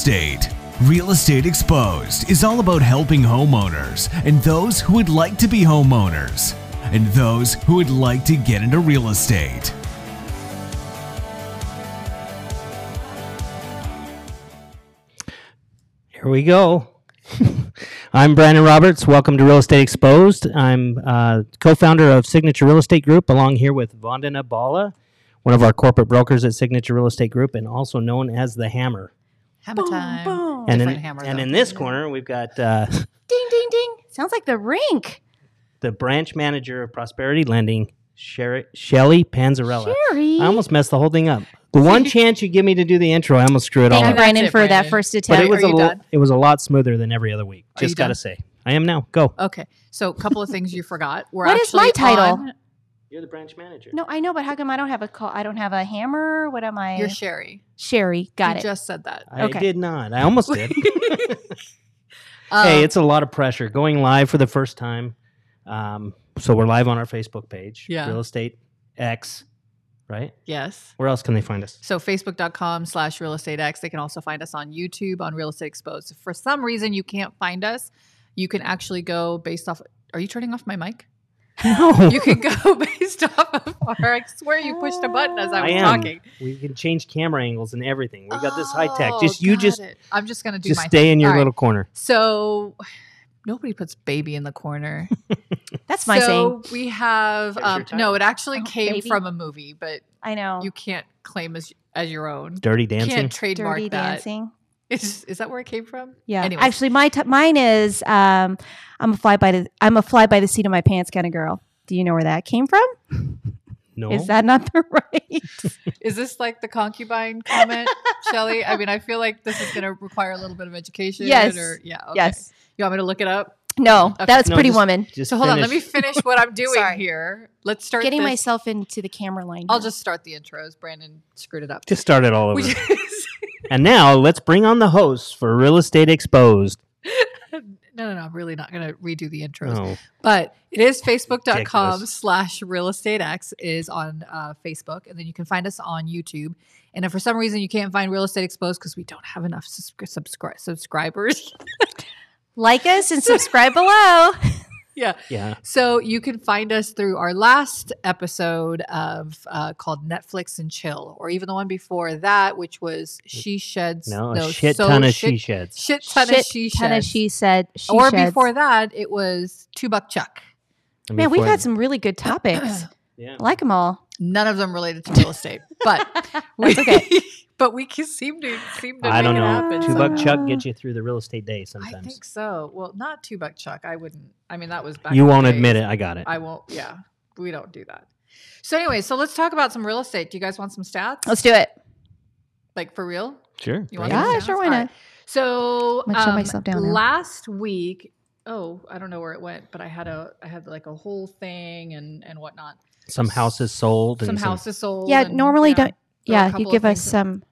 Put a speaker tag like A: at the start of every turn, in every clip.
A: estate. Real Estate Exposed is all about helping homeowners and those who would like to be homeowners and those who would like to get into real estate.
B: Here we go. I'm Brandon Roberts. Welcome to Real Estate Exposed. I'm uh, co-founder of Signature Real Estate Group, along here with Vandana Bala, one of our corporate brokers at Signature Real Estate Group, and also known as the Hammer.
C: Hammer time.
B: And in,
C: Different hammer,
B: and
C: though.
B: in this corner, we've got uh,
D: Ding, ding, ding. Sounds like the rink.
B: the branch manager of Prosperity Lending, Sher- Shelly Panzarella.
D: Sherry.
B: I almost messed the whole thing up. The one chance you give me to do the intro, I almost screw it all
D: Thank you,
B: up.
D: Brandon,
C: it,
D: for that
C: Brandon.
D: first
B: But
D: attempt.
B: it was
C: Are
B: a
C: you
B: lo-
C: done?
B: it was a lot smoother than every other week.
C: Are you
B: Just gotta
C: done? Oh.
B: say, I am now. Go.
C: Okay. So, a couple of things you forgot. We're
D: What is my
C: actually
D: title?
C: on-
B: You're the branch manager.
D: no, I know, but how come I don't have a call? I don't have a hammer. What am I?
C: You're Sherry.
D: Sherry. Got
C: you
D: it.
C: just said that.
B: I
D: Okay.
B: did not. I almost did.
C: Um,
B: hey, it's a lot of pressure going live for the first time. Um, so we're live on our Facebook page,
C: Yeah.
B: Real Estate X, right?
C: yes.
B: Where else can they find us?
C: So facebook.com slash real estate x. They can also find us on YouTube on Real Estate Exposed. If for some reason you can't find us, you can actually go based off. Are you turning off my mic?
B: No,
C: You can go based off of our. I swear you pushed a button as I
B: I
C: was
B: am.
C: talking.
B: we can change camera angles and everything. We got this high tech. Just you, just
C: I'm just gonna Oh, do
B: just
C: my
B: stay in your
C: All right.
B: little corner.
C: So nobody puts baby in the corner.
D: That's my saying.
C: So we have
B: That was your
C: um,
B: title.
C: no, it actually
D: Oh,
C: came
D: baby. Oh.
C: from a movie, but
D: I know.
C: you can't claim as as your own.
B: Dirty
C: You
B: dancing.
C: Can't trademark
D: Dirty
C: that.
D: dancing.
C: Is, is that where it came from?
D: Yeah.
C: Anyways.
D: Actually, my t- mine is um, I'm a fly by the I'm a fly by the seat of my pants kind of girl. Do you know where that came from?
B: no,
D: Is that not the right?
C: Is this like the concubine comment, Shelly? I mean, I feel like this is going to require a little bit of education.
D: Yes.
C: Or, yeah. Okay.
D: Yes.
C: You want me to look it up?
D: No.
C: Okay.
D: That was
B: No,
D: Pretty
B: just-
D: Woman.
B: just
C: So hold on. Let me
B: finish.
C: finish what I'm doing
D: Sorry.
C: here. Let's start.
D: Getting
C: this-
D: myself into the camera line.
C: I'll
D: here.
C: just start the intros. Brandon screwed it up.
B: Just start it all over.
C: We-
B: and now let's bring on the hosts for Real Estate Exposed.
C: no, no, no. I'm really not going to redo the intros.
B: Oh,
C: But it is facebook.com
B: Ridiculous.
C: slash real estate x is on uh, Facebook. And then you can find us on YouTube. And if for some reason you can't find real estate exposed because we don't have enough sus- subscri- subscribers,
D: like us and subscribe below.
C: yeah.
B: yeah.
C: So you can find us through our last episode of uh, called Netflix and Chill, or even the one before that, which was She Sheds.
B: No, a shit ton of she sheds.
C: Shit ton
D: Shit
C: of she
D: ton of
C: sheds.
D: she said. She
C: or
D: sheds.
C: before that, it was Two Buck Chuck.
B: I mean,
D: Man, we've
B: for-
D: had some really good topics.
B: Yeah.
D: I like them all.
C: None of them related to real estate, but we,
D: That's okay.
C: but we can seem to seem to
B: I don't
C: make it
B: know.
C: happen
B: Two buck
C: somehow.
B: chuck gets you through the real estate day
C: I
B: sometimes.
C: think so. Well, not Two Buck Chuck. I wouldn't. I mean, that was back.
B: You
C: in the
B: won't
C: days.
B: admit it. I got it.
C: I won't. Yeah, we don't do that. So anyway, so let's talk about some real estate. Do you guys want some stats?
D: Let's do it.
C: Like for real?
B: sure.
C: You want
B: bring
D: Yeah,
B: it.
C: some stats?
D: sure. Why
C: All
D: not?
C: right. So
D: I'm gonna shut
C: um,
D: myself down now.
C: last week, oh, I don't know where it went, but I had a I had like a whole thing and and whatnot.
B: Some houses sold.
C: Some
B: and
C: houses sold.
D: Yeah,
C: and,
D: normally
C: yeah,
D: don't.
C: there were a
D: Yeah,
C: couple
D: you
C: of
D: give us
C: things that-
D: some.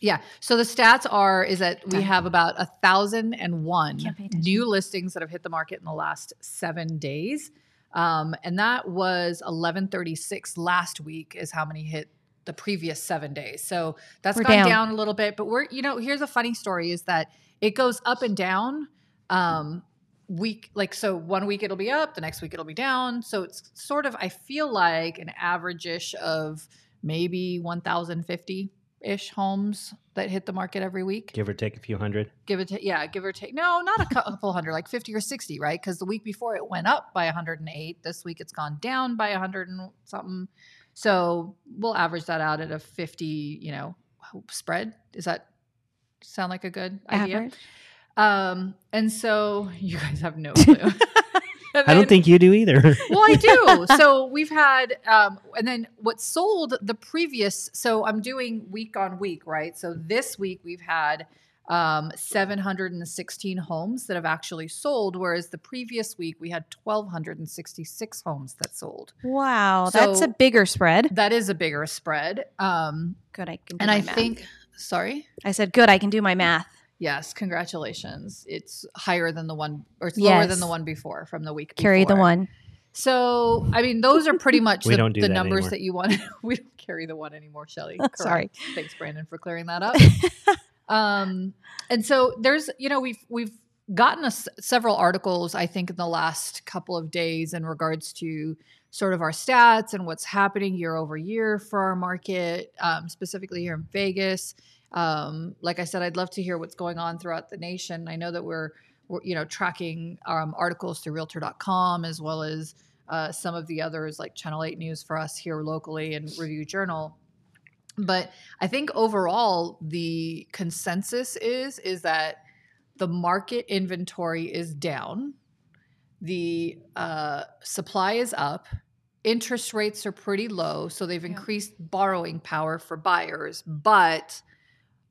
C: Yeah. So the stats are is that we
D: Done.
C: have about a thousand and one
D: Can't pay attention.
C: new listings that have hit the market in the last seven days, um, and that was eleven thirty six last week. Is how many hit the previous seven days. So that's
D: We're
C: gone down.
D: down.
C: a little bit. But we're you know here's a funny story is that it goes up and down. Um, week like so one week it'll be up the next week it'll be down so it's sort of i feel like an average-ish of maybe 1050 ish homes that hit the market every week. Give,
B: Give or take a few hundred.
C: or take, yeah, give or take. No, not a couple hundred, like 50 or 60, right? Because the week before it went up by 108. This week it's gone down by 100 and something. So we'll average that out at a 50, you know, spread. Does that sound like a good idea?
D: Average.
C: Um, and so you guys have no clue.
B: I don't think you do either.
C: well, I do. So we've had, um, and then what sold the previous. So I'm doing week on week, right? So this week we've had um, 716 homes that have actually sold, whereas the previous week we had 1,266 homes that sold.
D: Wow, that's
C: So-
D: a bigger spread.
C: That is a bigger spread. Um,
D: Good, I can. Do
C: and
D: my
C: I
D: math.
C: think, sorry.
D: I said good. I can do my math.
C: Yes, congratulations. It's higher than the one, or it's lower than the
D: Yes.
C: one before from the week.
D: Carry the
C: before.
D: one.
C: So, I mean, those are pretty much
B: We
C: the,
B: don't do
C: the
B: that
C: numbers
B: anymore.
C: that you want. we don't carry the one anymore, Shelly. Correct.
D: Sorry.
C: Thanks, Brandon, for clearing that up. Um, and so there's, you know, we've we've gotten us several articles, I think, in the last couple of days in regards to sort of our stats and what's happening year over year for our market, um, specifically here in Vegas. Um, like I said, I'd love to hear what's going on throughout the nation. I know that we're, we're you know, tracking um, articles through Realtor.com as well as uh, some of the others like Channel 8 News for us here locally and Review Journal. But I think overall the consensus is is that the market inventory is down, the uh, supply is up, interest rates are pretty low, so they've increased borrowing power for buyers. But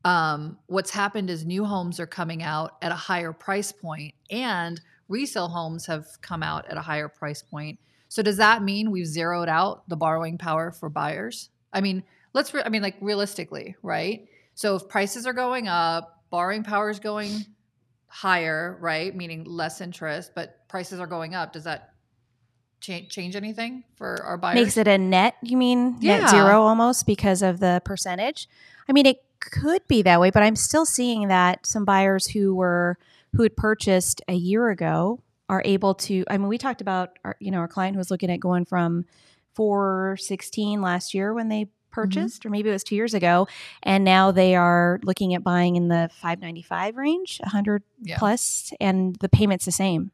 C: um, what's happened is new homes are coming out at a higher price point, and resale homes have come out at a higher price point. So does that mean we've zeroed out the borrowing power for buyers? I mean, let's. Re- I mean, like realistically, right? So if prices are going up, borrowing power is going higher, right? Meaning less interest, but prices are going up. Does that cha- change anything for our buyers?
D: Makes it a net, you mean?
C: Yeah.
D: Net zero almost because of the percentage. I mean, it could be that way, but I'm still seeing that some buyers who were who had purchased a year ago are able to I mean, we talked about our you know, our client who was looking at going from 416 last year when they
C: Mm-hmm.
D: purchased or maybe it was 2 years ago and now they are looking at buying in the 595 range, 100
C: Yeah.
D: plus, and the payment's the same.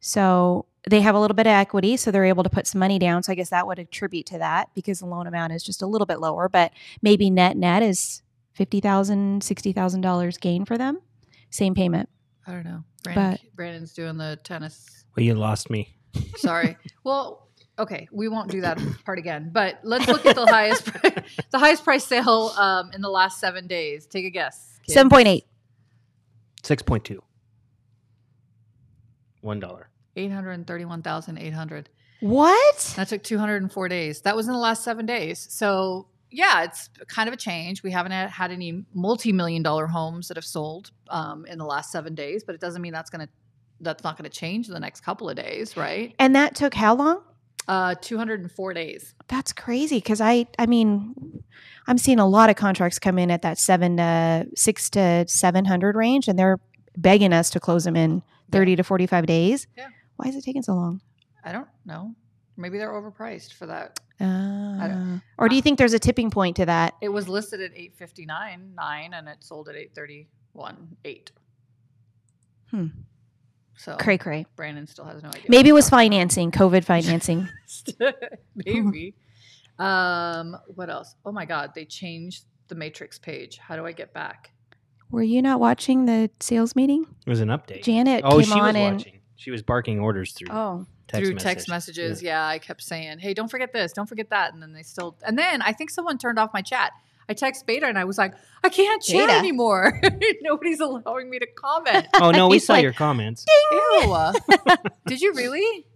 D: So they have a little bit of equity, so they're able to put some money down. So I guess that would attribute to that because the loan amount is just a little bit lower, but maybe net net is fifty thousand, sixty thousand dollars gain for them. Same payment.
C: I don't know. Brandon, Brandon's doing the tennis.
B: Well, you lost me.
C: Sorry. well, okay, we won't do that part again. But let's look at the highest, pri- the highest price sale um, in the last seven days. Take a guess. kids.
D: Seven point eight.
B: Six point two. One dollar.
C: 831,800.
D: What?
C: That took 204 days. That was in the last seven days. So, yeah, it's kind of a change. We haven't had- had any multi million dollar homes that have sold um, in the last seven days, but it doesn't mean that's going to. That's not going to change in the next couple of days, right?
D: And that took how long?
C: Uh, 204 days.
D: That's crazy because I I mean I'm seeing a lot of contracts come in at that seven to six to seven hundred range and they're begging us to close them in thirty to forty five days.
C: Yeah.
D: Why is it taking so long?
C: I don't know. Maybe they're overpriced for that.
D: Uh, or do you think there's a tipping point to that?
C: It was listed at 859 9 and it sold at 831 8.
D: Hmm.
C: So
D: Cray cray.
C: Brandon still has no idea.
D: Maybe it was financing, COVID financing.
C: Maybe. um, what else? Oh my god, they changed the matrix page. How do I get back?
D: Were you not watching the sales meeting?
B: It was an update.
D: Janet
B: oh,
D: came
B: she
D: on
B: was
D: and
B: watching. She was barking orders through
D: oh,
B: text
C: Through
B: message.
C: text messages, yeah. I kept saying, "Hey, don't forget this, don't forget that," and then they still. And then I think someone turned off my chat. I text Beta and I was like, "I can't chat
D: Beta?
C: anymore. Nobody's allowing me to comment."
B: Oh no, we
D: He's
B: saw
D: like,
B: your comments.
C: Ew. Did you really?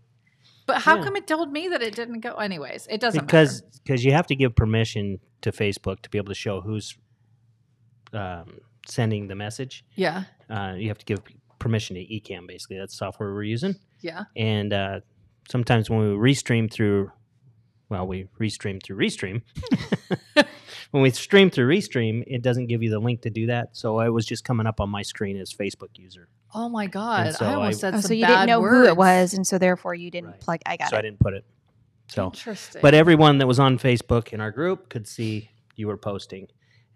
C: But how
B: Yeah.
C: come it told me that it didn't go? Anyways, it doesn't
B: because
C: matter.
B: because you have to give permission to Facebook to be able to show who's um, sending the message.
C: Yeah.
B: Uh, you have to give permission to Ecamm. Basically, that's the software we're using.
C: Yeah.
B: And uh, sometimes when we restream through, well, we restream through restream. when we stream through restream, it doesn't give you the link to do that. So it was just coming up on my screen as Facebook user.
C: Oh my God.
B: so
C: I almost
B: I-
C: said
D: oh
C: some
D: so you
C: bad
D: didn't know who
C: words.
D: it was, and so therefore you didn't
B: Right.
D: plug. I got
B: so I
D: it.
B: didn't put it. So,
C: Interesting.
B: but everyone that was on Facebook in our group could see you were posting.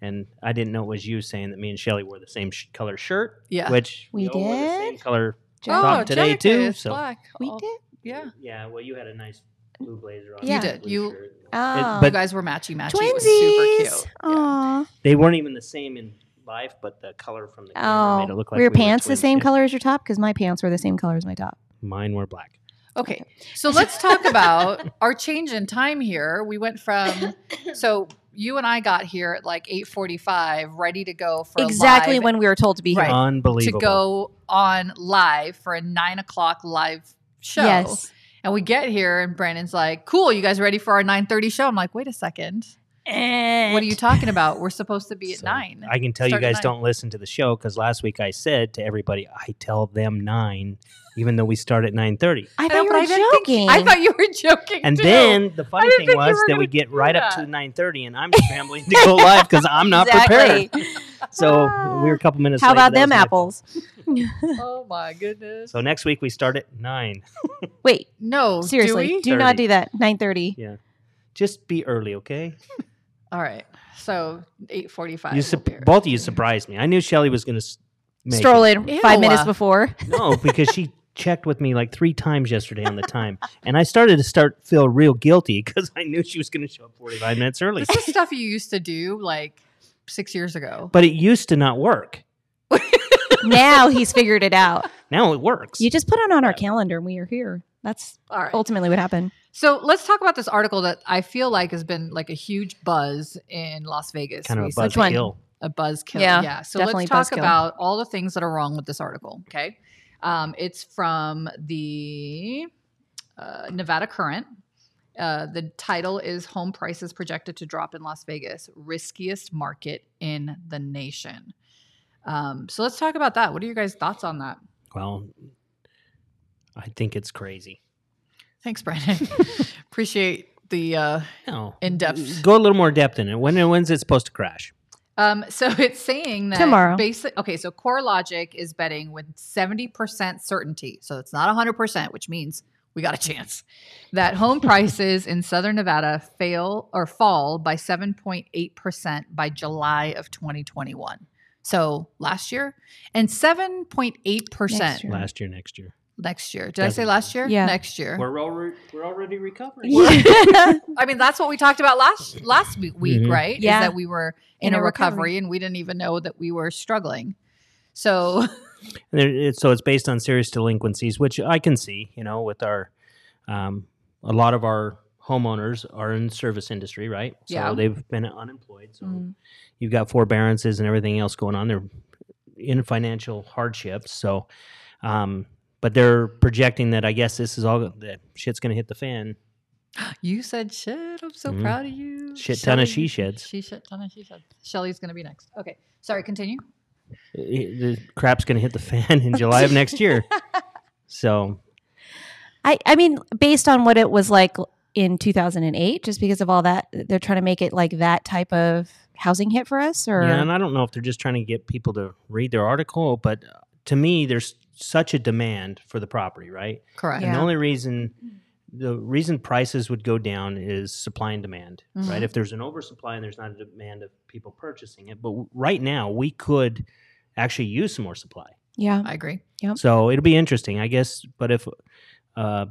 B: And I didn't know it was you saying that me and Shelly wore the same sh- color shirt,
C: yeah.
B: which
D: We
B: all wore the same
D: did?
B: color.
D: Jack-
B: top today,
C: Jack
B: too,
C: is
B: so-
C: black.
D: we
C: Oh,
D: did.
C: Yeah.
B: Yeah, well, you had a nice blue blazer on.
D: You Yeah.
C: did.
B: blue
C: You-
B: shirt.
D: Oh,
C: You
B: but-
C: guys were matchy matchy. It was
D: twinsies.
C: super cute. Yeah.
D: Aw.
B: They weren't even the same in life, but the color from the camera made it
D: Oh,
B: look
D: were
B: like
D: your
B: we were
D: pants the
B: twins.
D: same
B: Yeah.
D: color as your top? Because my pants were the same color as my top.
B: Mine were black.
C: Okay. So let's talk about our change in time here. We went from so you and I got here at like 8:45 ready to go for a
D: Exactly
C: live
D: when we were told to be
C: Right.
D: here.
C: to
B: Unbelievable.
C: go on live for a nine o'clock live show.
D: Yes.
C: And we get here and Brandon's like, cool, you guys ready for our 9.30 show? I'm like, wait a second. What are you talking about? We're supposed to be at
B: So,
C: nine.
B: I can tell
C: Start
B: you
C: at
B: guys
C: nine.
B: don't listen to the show because last week I said to everybody, I tell them nine, even though we start at nine thirty.
D: I
C: know,
D: thought you
C: but
D: were
C: didn't think-
D: joking.
C: I thought you were joking.
B: And
C: too.
B: then the funny
C: didn't
B: thing
C: think you
B: was
C: were
B: that
C: gonna
B: we get
C: do
B: right up
C: that.
B: to nine thirty, and I'm scrambling to go live because I'm not prepared. So we were a couple minutes.
D: How
B: late, but
D: about
B: that
D: them
B: was my-
D: apples?
C: oh my goodness.
B: So next week we start at nine.
D: Wait,
C: no, do
D: seriously,
C: we?
D: do, not
B: 30.
D: do that. Nine thirty.
B: Yeah, just be early, okay?
C: All right. So eight forty-five.
B: You
C: will
B: sup
C: be right.
B: both of you surprised me. I knew Shelly was going to make
D: Stroll
B: it.
D: in five
C: Ew.
D: minutes before.
B: No, because she checked with me like three times yesterday on the time, and I started to start feel real guilty because I knew she was going to show up forty five minutes early.
C: This is stuff you used to do like six years ago.
B: But it used to not work.
D: now he's figured it out.
B: Now it works.
D: You just put it on our calendar and we are here. That's
C: All right.
D: ultimately what happened.
C: So let's talk about this article that I feel like has been like a huge buzz in Las Vegas.
B: kind of a
C: recently.
B: buzz
D: one?
B: kill.
C: a buzzkill.
D: Yeah,
C: Yeah. So
D: definitely
C: let's talk
D: buzzkill.
C: about all the things that are wrong with this article. Okay. Um, it's from the uh, Nevada Current. Uh, the title is Home Prices Projected to Drop in Las Vegas, Riskiest Market in the Nation. Um, so let's talk about that. What are your guys' thoughts on that?
B: Well, I think it's crazy.
C: Thanks, Brandon. Appreciate the uh,
B: No,
C: in depth
B: Go a little more depth in it. When when's it supposed to crash?
C: Um, so it's saying that
D: Tomorrow.
C: Basic. Okay, so CoreLogic is betting with seventy percent certainty. So it's not hundred percent, which means we got a chance that home prices in Southern Nevada fail or fall by seven point eight percent by July of twenty twenty one. So last year and seven point eight
D: Next
C: percent
D: year.
B: Last year, next year.
C: next year. Did I say
B: Doesn't
C: last year?
D: Yeah.
C: Next year.
B: We're already we're already recovering.
C: I mean, that's what we talked about last last we- week,
B: Mhm.
C: right?
D: Yeah.
C: Is that we were in, a recovery, and we didn't even know that we were struggling. So
B: And there- it- so it's based on serious delinquencies, which I can see. You know, with our um, a lot of our homeowners are in service industry, right? So
C: Yeah.
B: they've been unemployed. So
D: Mm.
B: you've got forbearances and everything else going on. They're in financial hardships. So, um, but they're projecting that I guess this is all that shit's going to hit the fan.
C: you said shit. I'm so
B: Mhm.
C: proud of you.
B: Shit ton of she
C: Shelley-
B: sheds.
C: She shit ton of she sheds. Shelly's gonna be next. Okay. Sorry, continue.
B: I- I- The crap's going to hit the fan in July of next year. So
D: I, I mean, based on what it was like in 2008, just because of all that, they're trying to make it like that type of housing hit for us, or
B: Yeah, and I don't know if they're just trying to get people to read their article, but uh, to me, there's such a demand for the property, right?
C: Correct.
B: And
D: Yeah.
B: the only reason the reason prices would go down is supply and demand, right?
C: Mhm.
B: If there's an oversupply and there's not a demand of people purchasing it, but w- right now we could actually use some more supply.
D: yeah,
C: I agree.
D: Yep.
B: So it'll be interesting, I guess. But if uh,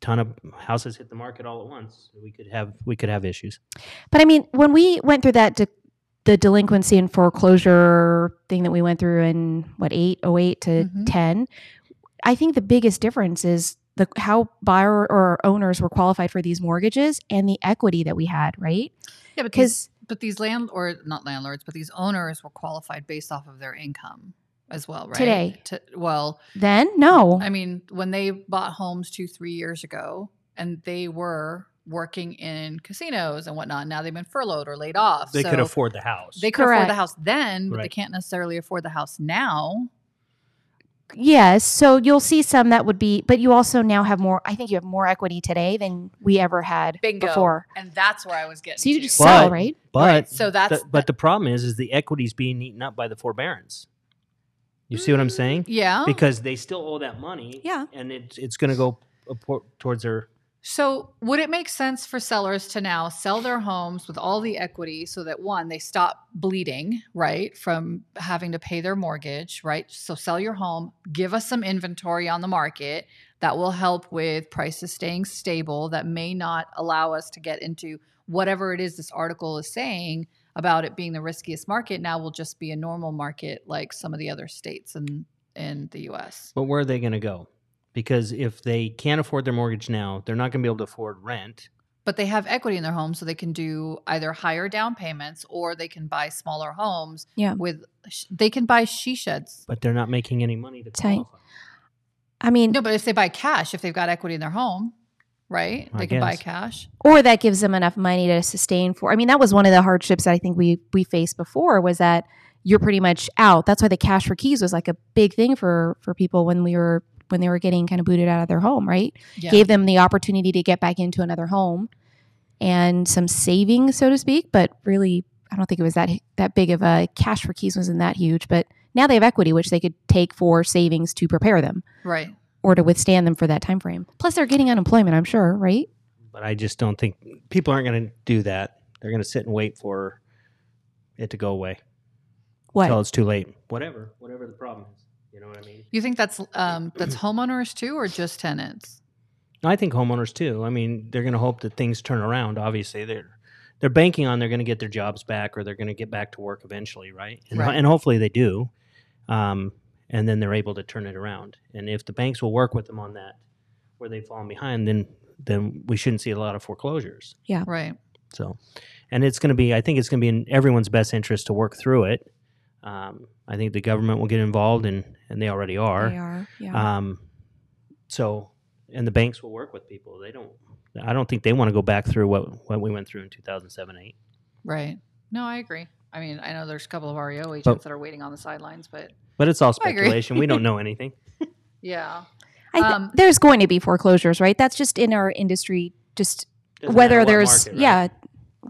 B: ton of houses hit the market all at once, we could have we could have issues.
D: But I mean, when we went through that, de- the delinquency and foreclosure thing that we went through in what eight oh eight to
C: Mhm.
D: ten, I think the biggest difference is the how buyer or owners were qualified for these mortgages and the equity that we had, right?
C: Yeah, but these,
D: Because
C: but these land or not landlords, but these owners were qualified based off of their income as well, right?
D: Today.
C: To, well,
D: then no,
C: I mean, when they bought homes two, three years ago, and they were working in casinos and whatnot. Now they've been furloughed or laid off.
B: They could
C: so
B: afford the house.
C: They could afford
D: Correct.
C: the house then, but they
B: Right.
C: can't necessarily afford the house now.
D: yes. So you'll see some that would be, but you also now have more. I think you have more equity today than we ever had
C: Bingo.
D: before.
C: And that's where I was getting.
D: So you
C: to.
D: just sell,
B: But-
D: right?
B: but
C: Right, so that's
B: the, but the problem is is the equity's being eaten up by the forbearance. You see what I'm saying?
C: yeah.
B: Because they still owe that money.
D: Mm-hmm. Oh. Yeah.
B: And it's it's going to go apo- towards their
C: So would it make sense for sellers to now sell their homes with all the equity so that one they stop bleeding, right, from having to pay their mortgage, right? So sell your home, give us some inventory on the market that will help with prices staying stable that may not allow us to get into whatever it is this article is saying about it being the riskiest market now will just be a normal market like some of the other states in in the US.
B: But where are they going to go? Because if they can't afford their mortgage now, they're not going to be able to afford rent.
C: but they have equity in their home so they can do either higher down payments or they can buy smaller homes
D: Yeah.
C: with sh- they can buy she sheds
B: But they're not making any money to
D: Tight.
B: qualify.
D: I mean,
C: no but if they buy cash if they've got equity in their home right?
B: I
C: They can buy
B: guess.
C: cash.
D: or that gives them enough money to sustain for. I mean, that was one of the hardships that I think we we faced before was that you're pretty much out. That's why the cash for keys was like a big thing for for people when we were when they were getting kind of booted out of their home, right?
C: Yeah.
D: Gave them the opportunity to get back into another home and some savings, so to speak, but really I don't think it was that that big of a cash for keys wasn't that huge, but now they have equity which they could take for savings to prepare them
C: right.
D: or to withstand them for that time frame. Plus they're getting unemployment, I'm sure, right?
B: But I just don't think people aren't going to do that. They're going to sit and wait for it to go away
D: What?
B: until it's too late. Whatever, whatever the problem is. You know what I mean?
C: You think that's um, that's homeowners too, or just tenants?
B: I think homeowners too. I mean, they're going to hope that things turn around. Obviously, they're they're banking on they're going to get their jobs back or they're going to get back to work eventually, right? And,
C: Right.
B: and hopefully they do. Um, and then they're able to turn it around. And if the banks will work with them on that, where they've fallen behind, then then we shouldn't see a lot of foreclosures.
C: Right.
B: So, and it's going to be, I think it's going to be in everyone's best interest to work through it. Um, I think the government will get involved, and and they already are.
D: They are. Yeah.
B: Um, so, and the banks will work with people. They don't. I don't think they want to go back through what what we went through in two thousand seven eight.
C: Right. No, I agree. I mean, I know there's a couple of REO agents
B: But-
C: that are waiting on the sidelines, but
B: But it's all
C: I agree.
B: speculation. we don't know anything.
C: yeah,
D: I th-
C: Um,
D: there's going to be foreclosures, right? That's just in our industry, just
B: Doesn't matter
D: whether
B: what
D: there's
B: market, right?
D: yeah,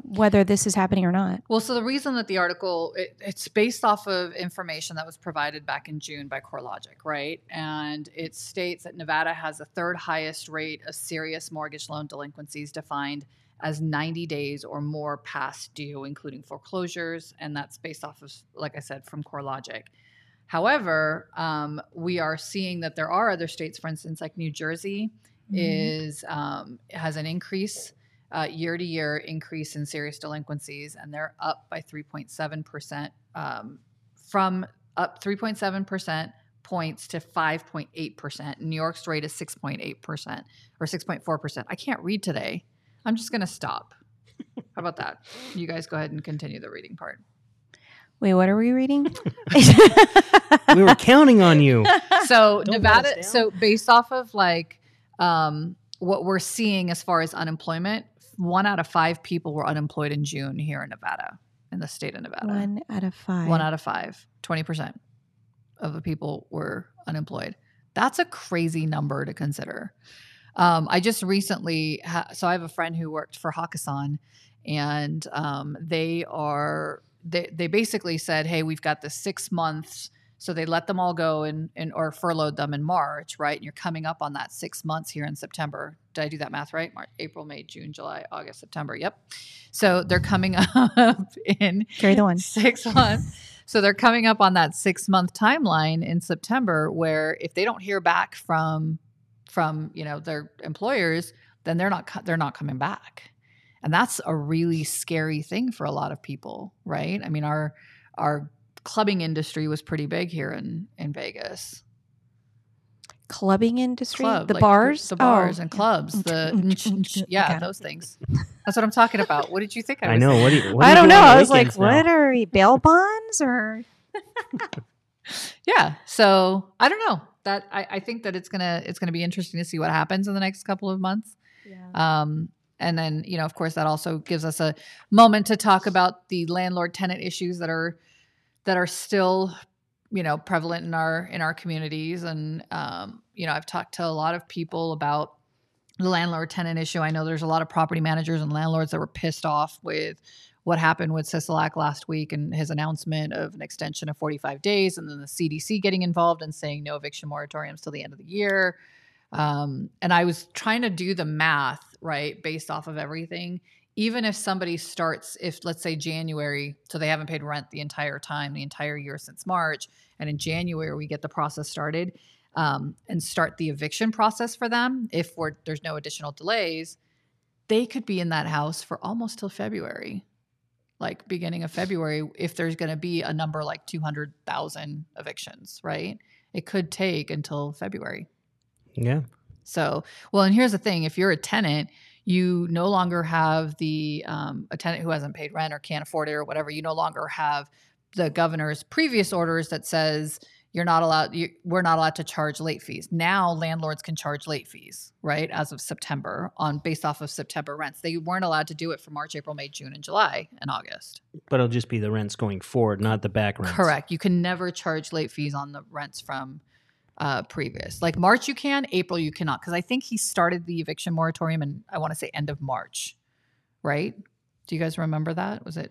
D: whether this is happening or not.
C: Well, so the reason that the article it, it's based off of information that was provided back in June by CoreLogic, right? And it states that Nevada has the third highest rate of serious mortgage loan delinquencies defined as 90 days or more past due, including foreclosures, and that's based off of, like I said, from CoreLogic. However, um, we are seeing that there are other states, for instance, like New Jersey,
D: Mm-hmm.
C: is um, has an increase uh, year to year increase in serious delinquencies, and they're up by 3.7 percent um, from up 3.7 percent points to 5.8 percent. New York's rate is 6.8 percent or 6.4 percent. I can't read today. I'm just going to stop. How about that? You guys go ahead and continue the reading part.
D: Wait, what are we reading?
B: we were counting on you.
C: so
B: Don't let us
C: Nevada.
B: down.
C: So based off of like um, what we're seeing as far as unemployment, one out of five people were unemployed in June here in Nevada, in the state of Nevada. One,
D: One out of five.
C: out of five, 20% of the people were unemployed. That's a crazy number to consider. Um, I just recently, ha- so I have a friend who worked for Hakkasan, and um, they are they they basically said, "Hey, we've got the six months." So they let them all go and and or furloughed them in March, right? And you're coming up on that six months here in September. Did I do that math right? March, April, May, June, July, August, September. Yep. So they're coming up in
D: Carry the one.
C: six months. So they're coming up on that six month timeline in September, where if they don't hear back from from you know their employers, then they're not co- they're not coming back, and that's a really scary thing for a lot of people, right? I mean, our our clubbing industry was pretty big here in in Vegas.
D: Clubbing industry,
C: Club,
D: the
C: like
D: bars,
C: the, bars,
D: Oh,
C: and
D: yeah.
C: clubs, the yeah,
D: Got it.
C: those things. That's what I'm talking about. What did you think I was?
B: I know. What do you? What
D: I
B: do you do
D: don't know.
B: on the
D: I was like,
B: weekends now?
D: what are we bail bonds or?
C: yeah so i don't know that I, I think that it's gonna it's gonna be interesting to see what happens in the next couple of months um and then you know of course that also gives us a moment to talk about the landlord tenant issues that are that are still you know prevalent in our in our communities and um you know i've talked to a lot of people about the landlord tenant issue i know there's a lot of property managers and landlords that were pissed off with what happened with Sisolak last week and his announcement of an extension of 45 days, and then the CDC getting involved and saying no eviction moratoriums till the end of the year. Um, and I was trying to do the math, right, based off of everything. Even if somebody starts, if let's say January, so they haven't paid rent the entire time, the entire year since March, and in January we get the process started um, and start the eviction process for them, if we're, there's no additional delays, they could be in that house for almost till February like beginning of February if there's going to be a number like 200,000 evictions, right? It could take until February.
B: Yeah.
C: So, well, and here's the thing if you're a tenant, you no longer have the um, a tenant who hasn't paid rent or can't afford it or whatever, you no longer have the governor's previous orders that says you're not allowed you, we're not allowed to charge late fees now landlords can charge late fees right as of september on based off of september rents they weren't allowed to do it for march april may june and july and august
B: But it'll just be the rents going forward, not the back rents.
C: correct you can never charge late fees on the rents from uh, previous like march you can april you cannot because i think he started the eviction moratorium and i want to say end of march right do you guys remember that was it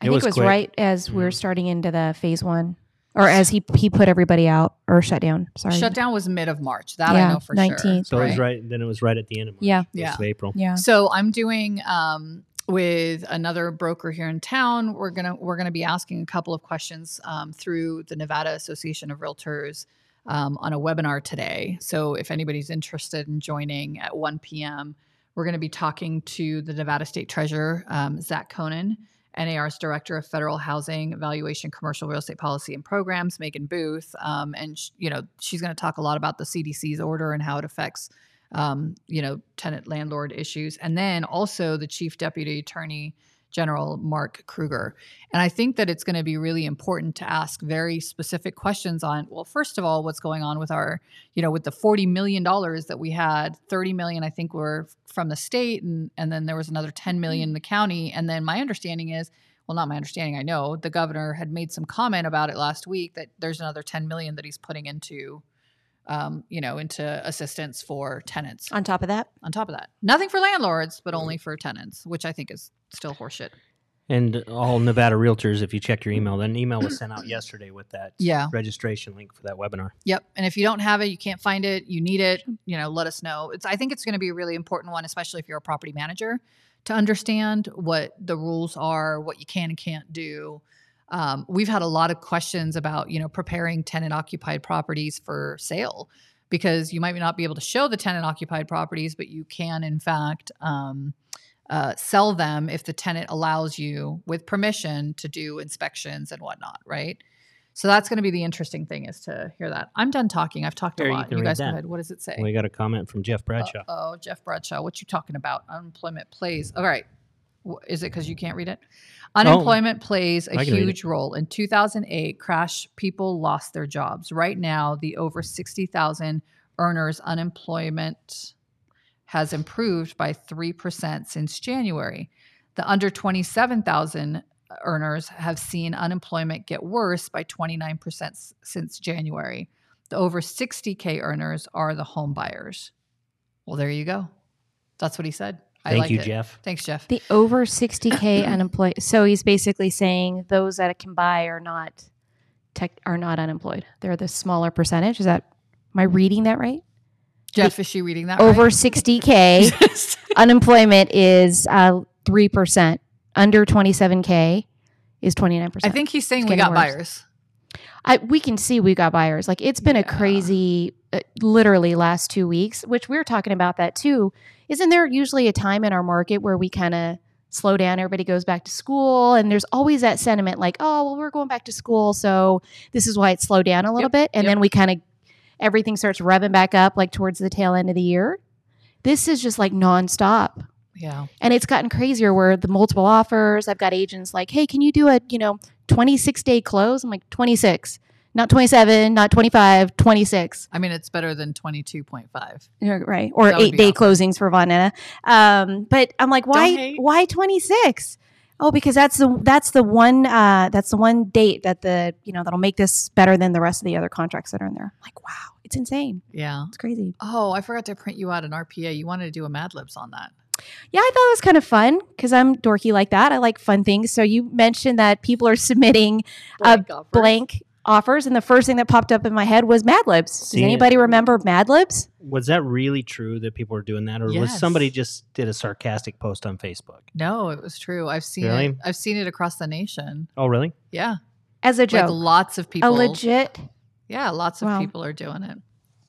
D: I
B: It
D: think
B: was
D: it was Mm.
B: quick.
D: right as we were
B: Mhm.
D: starting into the phase one, or as he he put everybody out or shut down. Sorry,
C: shutdown was mid of march that i
D: Yeah,
C: know for
D: 19th.
B: So
C: sure
B: it was right. Then it was right at the end of March,
D: Yeah.
B: first
C: Yeah.
B: of April.
D: Yeah,
C: So I'm doing um, with another broker here in town. We're gonna we're gonna be asking a couple of questions um, through the Nevada Association of Realtors um, on a webinar today. So if anybody's interested in joining at 1 p.m., we're gonna be talking to the Nevada State Treasurer um, Zach Conan. NAR's Director of Federal Housing Evaluation, Commercial Real Estate Policy and Programs, Megan Booth, um, and sh- you know she's going to talk a lot about the CDC's order and how it affects um, you know, tenant landlord issues, and then also the chief deputy attorney general Mark Kruger. And I think that it's going to be really important to ask very specific questions on, well, first of all, what's going on with our, you know, with the forty million dollars that we had, thirty million I think were from the state, and and then there was another ten million in the county. And then my understanding is. Well, not my understanding. I know the governor had made some comment about it last week that there's another 10 million that he's putting into, um, you know, into assistance for tenants
D: On top of that,
C: on top of that. Nothing for landlords, but only for tenants, which I think is still horseshit.
B: And all Nevada realtors, if you check your email, an email was sent out yesterday with that
C: Yeah.
B: registration link for that webinar.
C: Yep. And if you don't have it, you can't find it, you need it, you know, let us know. It's I think it's going to be a really important one, especially if you're a property manager, to understand what the rules are, what you can and can't do. Um, we've had a lot of questions about, you know, preparing tenant occupied properties for sale because you might not be able to show the tenant occupied properties, but you can, in fact, um, uh, sell them if the tenant allows you with permission to do inspections and whatnot, right? So that's going to be the interesting thing is to hear that. I'm done talking. I've talked
B: Here,
C: a
B: you
C: lot.
B: can
C: You,
B: read
C: guys go
B: that.
C: ahead. What does it say?
B: We got a comment from Jeff
D: Uh,
B: Bradshaw.
C: Oh, Jeff Bradshaw, what you talking about? Unemployment plays. All right. Wh- Is it because you can't read it? Unemployment plays a
B: Oh. I can read it.
C: huge role. In 2008 crash, people lost their jobs. Right now, the over 60,000 earners unemployment has improved by 3% since January. The under 27,000 earners have seen unemployment get worse by 29% s- since January. The over 60K earners are the home buyers. Well, there you go. That's what he said. I
B: Thank
C: liked
B: you,
C: it.
B: Jeff.
C: Thanks, Jeff.
D: the over sixty k unemployed. So he's basically saying those that can buy are not tech are not unemployed. They're the smaller percentage. Is that am I reading that right?
C: Jeff, is she reading that
D: Over
C: right?
D: sixty k unemployment is uh, three percent. Under twenty seven k is twenty nine
C: I
D: percent.
C: think he's saying
D: It's
C: we
D: getting
C: got buyers.
D: worse. I, we can see we got buyers. Like it's been a
C: Yeah.
D: crazy, uh, literally last two weeks, which we were talking about that too. Isn't there usually a time in our market where we kind of slow down? Everybody goes back to school, and there's always that sentiment like, oh, well, we're going back to school, so this is why it's slowed down a little
C: Yep,
D: bit, and
C: yep.
D: then we kind of everything starts revving back up like towards the tail end of the year. This is just like nonstop
C: Yeah.
D: and it's gotten crazier where the multiple offers i've got agents like hey can you do a you know 26 day close i'm like 26 not 27 not 25 26
C: I mean, it's better than 22.5.
D: You're right or
C: That would
D: eight
C: be
D: day
C: awesome.
D: closings for vonetta um, but i'm like why
C: hate.
D: why 26 oh because that's the that's the one uh, that's the one date that the you know that'll make this better than the rest of the other contracts that are in there I'm like wow it's insane
C: Yeah.
D: it's crazy
C: Oh, I forgot to print you out an RPA. You wanted to do a Mad Libs on that.
D: Yeah, I thought it was kind of fun because I'm dorky like that. I like fun things. So you mentioned that people are submitting Uh,
C: offers.
D: blank offers, and the first thing that popped up in my head was Mad Libs.
B: See,
D: Does anybody remember Mad Libs?
B: Was that really true that people were doing that, or was somebody
C: Yes.
B: just did a sarcastic post on Facebook?
C: No, it was true. I've seen
B: Really?
C: it. I've seen it across the nation.
B: Oh, really?
C: Yeah.
D: As a
C: Like
D: joke,
C: lots of people.
D: a legit.
C: Yeah, lots of
D: Wow.
C: people are doing it.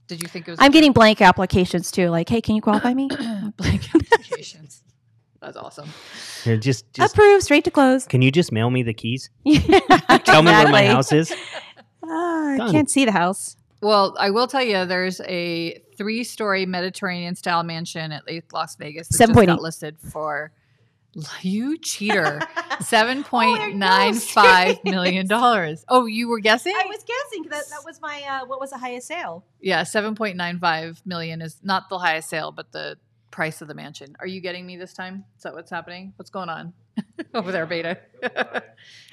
C: Did you think it was
D: I'm getting blank applications too. Like, hey, can you qualify me?
C: blank applications? That's awesome.
B: Here, just, just
D: Approve, straight to close.
B: can you just mail me the keys?
D: Tell
B: Tell me where my house is.
D: Ah, I
B: Done.
D: can't see the house.
C: Well, I will tell you, there's a three-story Mediterranean-style mansion at Las Vegas that just
D: 7.8.
C: got listed for You
E: Oh,
C: cheater. Seven point nine five million dollars. Oh, you were guessing?
E: I was guessing 'cause that that was my uh, what was the highest sale?
C: yeah, seven point nine five million is not the highest sale, but the price of the mansion. Are you getting me this time? Is that what's happening? What's going on over there, Beta?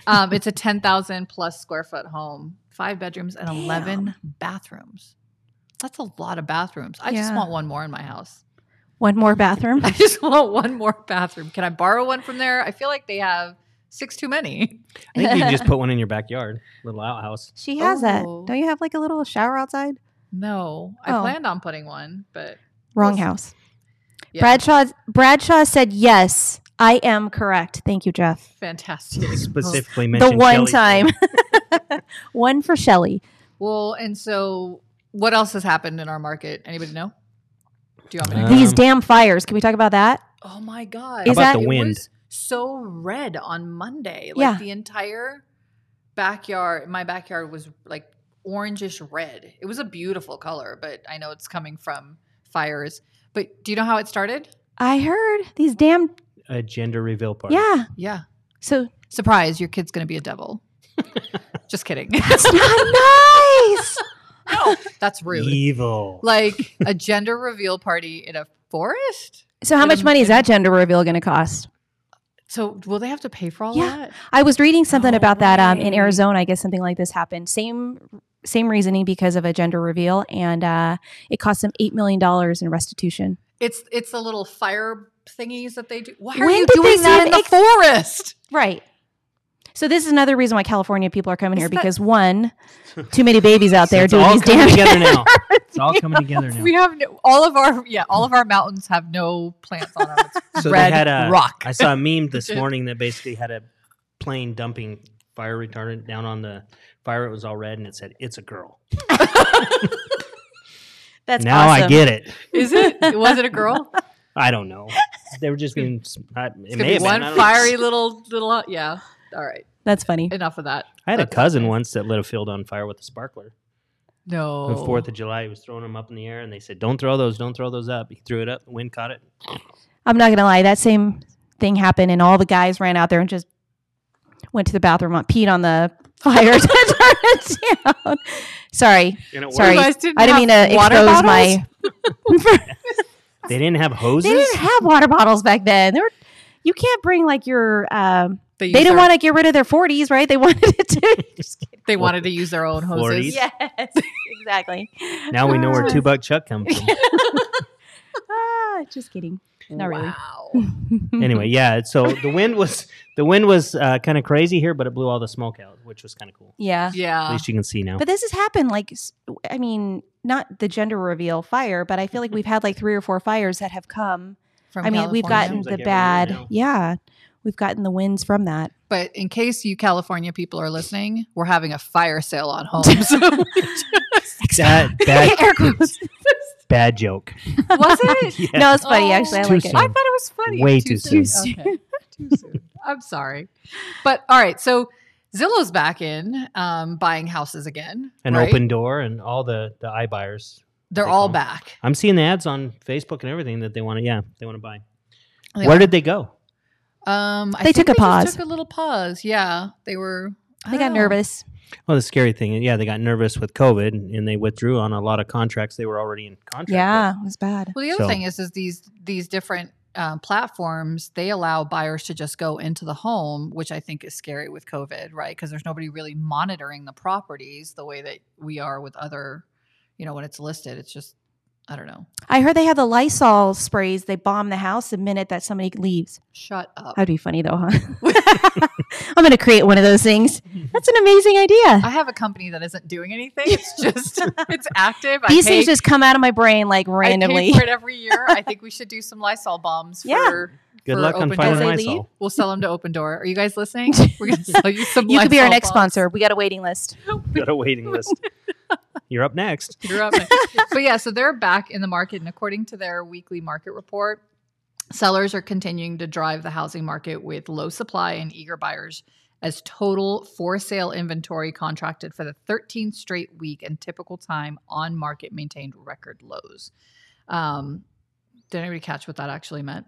C: um, it's a ten thousand plus square foot home, five bedrooms and eleven bathrooms. That's a lot of bathrooms. I just
D: Yeah.
C: want one more in my house.
D: One more bathroom.
C: I just want one more bathroom. Can I borrow one from there? I feel like they have six too many.
B: I think you can just put one in your backyard, little outhouse.
D: She has that.
C: Oh.
D: Don't you have like a little shower outside?
C: No, I
D: Oh.
C: planned on putting one, but
D: Wrong
C: Yes.
D: house.
C: Yeah.
D: Bradshaw Bradshaw said yes. I am correct. Thank you, Jeff.
C: fantastic.
B: Specifically
D: The
B: mentioned
D: one
B: Shelley.
D: time. one for Shelly.
C: Well, and so what else has happened in our market? Anybody know? Do you want me to?
B: Uh,
C: go?
D: These
B: Um,
D: damn fires. Can we talk about that?
C: oh my god!
D: How Is about that-
B: the
C: It
B: wind?
C: was so red on Monday. Like
D: Yeah.
C: the entire backyard, my backyard was like orangish red. It was a beautiful color, but I know it's coming from fires. But do you know how it started?
D: I heard these damn
B: a gender reveal party.
D: yeah.
C: Yeah,
D: So
C: surprise! Your kid's gonna be a devil. Just kidding.
D: it's not nice.
C: That's rude.
B: Evil.
C: Like a gender reveal party in a forest.
D: So how
C: Get
D: much
C: them-
D: money is
C: get
D: that gender reveal going to cost?
C: So will they have to pay for all
D: Yeah.
C: that?
D: I was reading something
C: No
D: about that um, in
C: way.
D: Arizona. I guess something like this happened. Same same reasoning because of a gender reveal, and uh, it cost them eight million dollars in restitution.
C: It's it's the little fire thingies that they do. Why are
D: When
C: you
D: did they
C: doing that in
D: seem
C: the
D: ex-
C: forest?
D: Right. So this is another reason why California people are coming here
C: Is that-
D: because one, too many babies out
B: So
D: there
B: it's
D: doing
B: all
D: these
B: coming
D: damn.
B: together now. It's all coming together now.
C: We have no, all of our yeah, all of our mountains have no plants on them. It's
B: So they
C: red
B: had a-
C: rock.
B: I saw a meme this
C: Did-
B: morning that basically had a plane dumping fire retardant down on the fire. It was all red, and it said, "It's a girl."
D: That's
B: now I
D: awesome.
B: get it.
C: Is it? Was it a girl?
B: I don't know. They were just being. s- I,
C: It's
B: it may
C: gonna be
B: have been,
C: one
B: I don't know.
C: fiery little little. Yeah. All right.
D: That's funny.
C: Enough of that.
B: I had a
C: That's
B: cousin
C: okay.
B: once that lit a field on fire with a sparkler.
C: No.
B: On
D: Oh.
B: The Fourth of July, he was throwing them up in the air, and they said, "Don't throw those! Don't throw those up!" He threw it up. The wind caught it.
D: I'm not gonna lie. That same thing happened, and all the guys ran out there and just went to the bathroom, on- peed on the fire to turn it down. Sorry,
B: And it
D: Sorry.
B: worked.
C: You guys didn't
D: I didn't mean
C: have
D: to
C: water
D: expose
C: bottles?
D: my.
B: They didn't have
D: they
B: hoses.
D: didn't have water bottles back then. They were, you can't bring like your. Um,
C: They,
D: they didn't want to get rid of their 40s, right? They wanted it to.
C: to. They wanted to use their own hoses.
B: Forties.
D: yes, exactly.
B: now we know where Two Buck Chuck comes from.
D: Ah, just kidding. Not really.
C: Wow.
B: anyway, yeah. So the wind was the wind was uh, kind of crazy here, but it blew all the smoke out, which was kind of cool.
D: Yeah.
B: At
C: Yeah.
B: least you can see now.
D: But this has happened like s- I mean, not the gender reveal fire, but I feel
B: Mm-hmm.
D: like we've had like three or four fires that have come.
C: From
D: I mean, we've
C: California.
D: gotten
B: Seems like
D: the
B: every year
D: bad.
B: now.
D: Yeah. We've gotten the winds from that.
C: But in case you California people are listening, we're having a fire sale on homes.
B: That bad
D: Air quotes.
B: bad joke.
C: was it?
B: Yeah.
D: No, it's funny
C: Oh.
D: actually. I
B: Too
D: like it.
B: soon.
C: I thought it was funny.
B: Way too
D: soon.
C: Okay. too soon. I'm sorry. But all right, so Zillow's back in um, buying houses again.
B: An
C: right?
B: open door and all the the iBuyers.
C: They're
B: they
C: all
B: call 'em.
C: back.
B: I'm seeing the ads on Facebook and everything that they want to. Yeah, they want to buy.
C: They
B: Where did they go?
C: Um, I
D: They
C: think
D: took a
C: just
D: pause.
C: Took a little pause. Yeah, they were. I
D: They got
B: Oh.
C: don't know.
D: nervous.
B: Well, the scary thing, yeah, they got nervous with COVID and, and they withdrew on a lot of contracts they were already in contract. with.
D: Yeah, it was bad.
C: Well, the other
B: So-
C: thing is, is these these different um, platforms they allow buyers to just go into the home, which I think is scary with COVID, right? Because there's nobody really monitoring the properties the way that we are with other, you know, when it's listed. It's just, I don't know.
D: I heard they have the Lysol sprays. They bomb the house the minute that somebody leaves.
C: Shut up.
D: That'd be funny though, huh? I'm going to create one of those things. That's an amazing idea.
C: I have a company that isn't doing anything. It's just it's active. I
D: These
C: pay,
D: things just come out of my brain like
C: I pay
D: randomly.
C: for it every year. I think we should do some Lysol bombs.
D: Yeah.
C: For,
B: Good
C: for
B: luck on
C: open
B: finding
D: doors.
B: Lysol.
C: We'll sell them to Open Door. Are you guys listening? We're gonna sell you some.
D: You could be our
C: Lysol
D: next
C: bombs.
D: sponsor. We got a waiting list.
B: Got a waiting list. You're up next.
C: You're up. but yeah, so they're back in the market, and according to their weekly market report, sellers are continuing to drive the housing market with low supply and eager buyers. As total for sale inventory contracted for the 13th straight week and typical time on market maintained record lows. Um, Did anybody catch what that actually meant?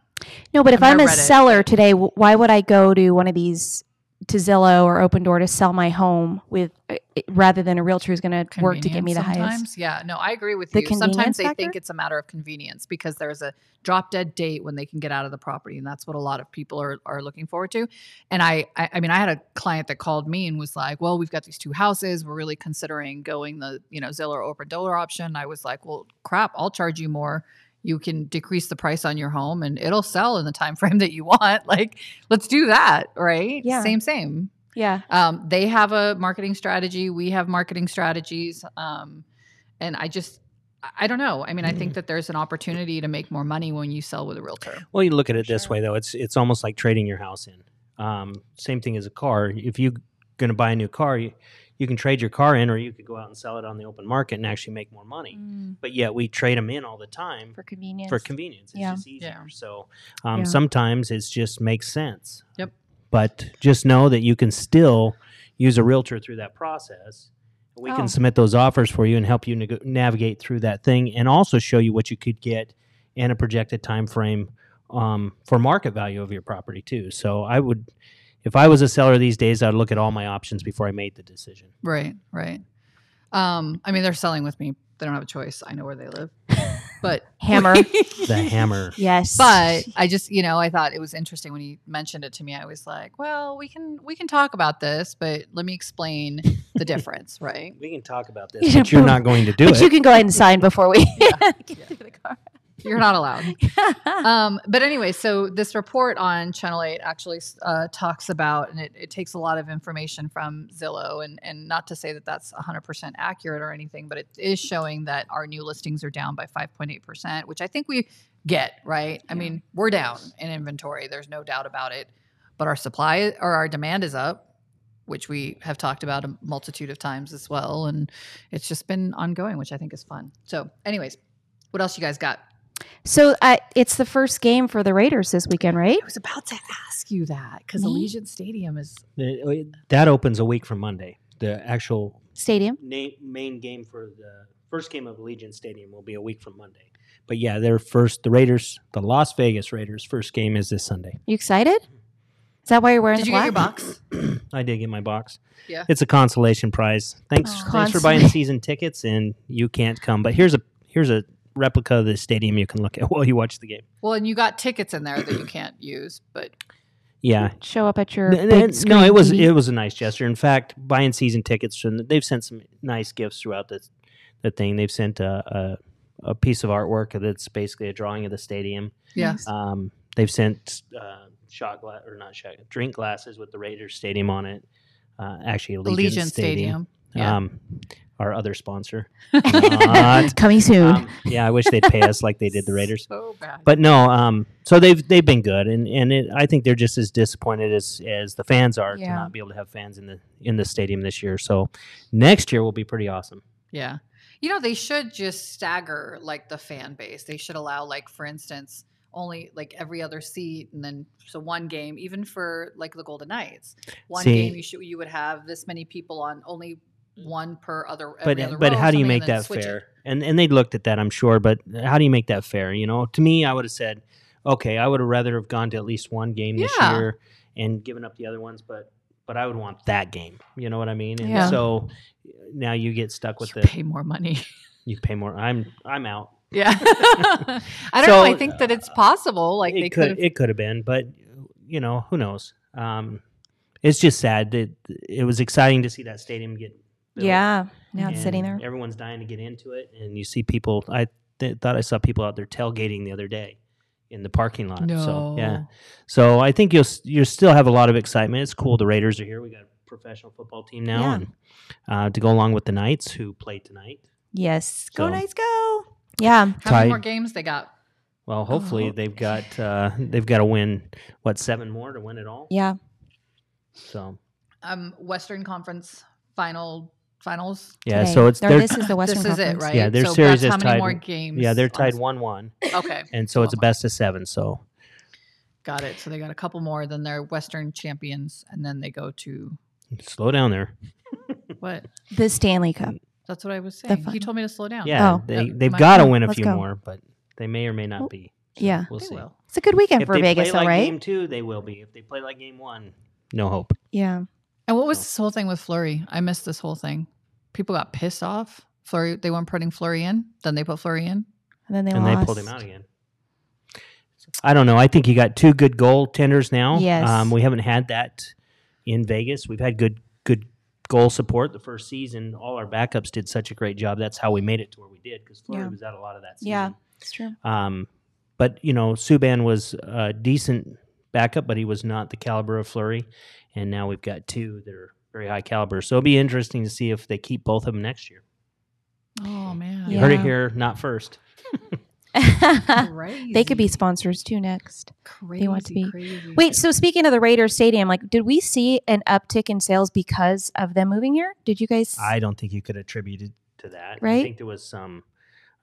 D: No, but if
C: I'm
D: I'm a
C: gonna Reddit.
D: seller today, wh- why would I go to one of these to Zillow or Open Door to sell my home with uh, uh, rather than a realtor who's going to work to get me the
C: Convenience
D: highest?
C: sometimes. Yeah, no, I agree with
D: The
C: you. Sometimes
D: convenience
C: they think
D: factor?
C: it's a matter of convenience because there's a drop dead date when they can get out of the property, and that's what a lot of people are are looking forward to. And I, I, I mean, I had a client that called me and was like, "Well, we've got these two houses. We're really considering going the you know Zillow or Open Door option." I was like, "Well, crap! I'll charge you more." You can decrease the price on your home, and it'll sell in the time frame that you want. Like, let's do that, right?
D: Yeah.
C: Same, same.
D: Yeah.
C: Um, they have a marketing strategy. We have marketing strategies. Um, and I just, I- I don't know. I mean, I think that there's an opportunity to make more money when you sell with a realtor.
B: Well, you look at it this
D: Sure.
B: way though. It's it's almost like trading your house in. Um, same thing as a car. If you're going to buy a new car, you, you can trade your car in, or you could go out and sell it on the open market and actually make more money.
C: Mm.
B: But yet we trade them in all the time
D: For convenience.
B: for convenience. It's
D: Yeah.
B: just easier.
C: Yeah.
B: So um,
D: Yeah.
B: sometimes it just makes sense.
C: Yep.
B: But just know that you can still use a realtor through that process. We
D: Oh.
B: can submit those offers for you and help you neg- navigate through that thing, and also show you what you could get and a projected time frame um, for market value of your property too. So I would, if I was a seller these days, I'd look at all my options before I made the decision.
C: Right, right. Um, I mean, they're selling with me. They don't have a choice. I know where they live. But
D: Hammer.
B: The hammer.
D: yes.
C: but I just, you know, I thought it was interesting when he mentioned it to me. I was like, well, we can we can talk about this, but let me explain the difference, right?
B: We can talk about this,
D: Yeah,
B: but you're
D: but-
B: not going to do
D: but
B: it.
D: you can go ahead and sign before we get
C: yeah.
D: through the car.
C: You're not allowed. um, but anyway, so this report on Channel 8 actually uh, talks about, and it, it takes a lot of information from Zillow, and, and not to say that that's 100% accurate or anything, but it is showing that our new listings are down by 5.8%, which I think we get, right? I mean, we're down in inventory, there's no doubt about it, but our supply or our demand is up. Which we have talked about a multitude of times as well. And it's just been ongoing, which I think is fun. So, anyways, what else you guys got?
D: So uh, it's the first game for the Raiders this weekend, right?
C: I was about to ask you that because
D: Me?
C: Allegiant Stadium is
B: The- uh, That opens a week from Monday. The actual
D: Stadium.
B: na- main game for the first game of Allegiant Stadium will be a week from Monday. But yeah, their first, the Raiders, the Las Vegas Raiders' first game is this Sunday.
D: You excited? Is that why you're wearing
C: Did
D: the
C: you
D: black?
C: get your box?
B: I did get my box.
C: Yeah.
B: it's a consolation prize. Thanks,
D: Aw.
B: thanks for buying season tickets, and you can't come. But here's a here's a replica of the stadium you can look at while you watch the game.
C: Well, and you got tickets in there that you can't use, but
B: Yeah.
D: Show up at your
B: N- n-
D: big
B: no,
D: screen
B: it was
D: TV.
B: it was a nice gesture. In fact, buying season tickets, and they've sent some nice gifts throughout the the thing. They've sent a, a a piece of artwork that's basically a drawing of the stadium.
C: yeah.
B: Um, they've sent uh, shot glass or not shot drink glasses with the Raiders Stadium on it. Uh, actually, Allegiant,
C: Allegiant
B: Stadium.
C: Stadium. Yeah.
B: Um, our other sponsor. Not.
D: Coming soon.
B: Um, yeah, I wish they'd pay us like they did the Raiders.
C: So bad.
B: But no, um, so they've they've been good, and and it, I think they're just as disappointed as as the fans are to
D: Yeah.
B: not be able to have fans in the in the stadium this year. So next year will be pretty awesome.
C: yeah. You know, they should just stagger like the fan base. They should allow, like, for instance, only like every other seat and then so one game, even for like the Golden Knights. One
B: See-
C: game you should you would have this many people on only one per other every
B: but
C: other
B: but
C: row or
B: how do you
C: something, and
B: make
C: then
B: that
C: switch it.
B: fair? And and they looked at that, I'm sure. But how do you make that fair? You know, to me, I would have said, okay, I would have rather have gone to at least one game this
C: Yeah.
B: year and given up the other ones, but but I would want that game. You know what I mean? And
D: Yeah.
B: so now you get stuck with
C: You
B: the
C: pay more money.
B: you pay more. I'm I'm out.
C: Yeah. I don't know. I
B: So,
C: think that it's possible. Like
B: it
C: they
B: could
C: could have
B: it could have been, but you know who knows? Um, it's just sad that it was exciting to see that stadium get built.
D: yeah. Now it's
B: and
D: sitting there.
B: Everyone's dying to get into it, and you see people. I th- thought I saw people out there tailgating the other day in the parking lot. So yeah, so I think you'll s- you still have a lot of excitement. It's cool. The Raiders are here. We got a professional football team now,
D: Yeah.
B: and uh, to go along with the Knights who play tonight.
D: Yes.
E: Go
B: So,
E: Knights, go!
D: Yeah.
C: How many more
B: tied.
C: games they got?
B: Well, hopefully
D: Oh.
B: they've got uh, they've got to win what seven more to win it all.
D: Yeah.
B: So
C: Um, Western Conference final finals.
B: yeah,
D: today.
B: so it's
D: Or
B: they're
D: this is the Western
C: this is it,
D: Conference.
C: right?
B: Yeah, their
C: so
B: series is
C: that's how many
B: tied-
C: more games?
B: yeah they're
C: on
B: tied
C: this-
B: one one,
C: Okay,
B: and so it's a
C: Well,
B: best of seven. So
C: got it. So they got a couple more than their Western champions, and then they go to
B: slow down there.
C: what?
D: The Stanley Cup.
C: That's what I was saying. He
D: final.
C: told me to slow down.
B: Yeah,
D: Oh.
B: they
C: Uh,
B: they've
C: my-
B: got to
D: Mm,
B: win a
D: let's
B: few
D: go.
B: more, but they may or may not be.
D: Yeah.
B: we'll
C: They
B: see.
C: will.
D: It's a good weekend
B: if
D: for
B: they
D: Vegas,
B: play
D: though,
B: like
D: right?
B: game two, they will be. If they play like game one, no hope.
D: Yeah.
C: And what was
B: So-
C: this whole thing with Flurry? I missed this whole thing. People got pissed off. Flurry, they weren't putting Flurry in. Then they put Flurry in.
D: And then they
B: and
D: lost.
B: they pulled him out again. I don't know. I think you got two good goaltenders now.
D: Yes.
B: Um, we haven't had that in Vegas. We've had good good goal support the first season. All our backups did such a great job. That's how we made it to where we did because Flurry
D: Yeah.
B: was out a lot of that season.
D: Yeah, it's true.
B: Um, but you know, Subban was a decent backup, but he was not the caliber of Flurry. And now we've got two that are very high caliber. So it'll be interesting to see if they keep both of them next year.
C: Oh man.
B: You heard it
D: Yeah.
B: here, not first.
C: Crazy.
D: they could be sponsors too next.
C: crazy.
D: want to be-
C: crazy.
D: Wait, so speaking of the Raiders Stadium, like, did we see an uptick in sales because of them moving here? Did you guys?
B: I don't think you could attribute it to that. I
D: Right?
B: think there was some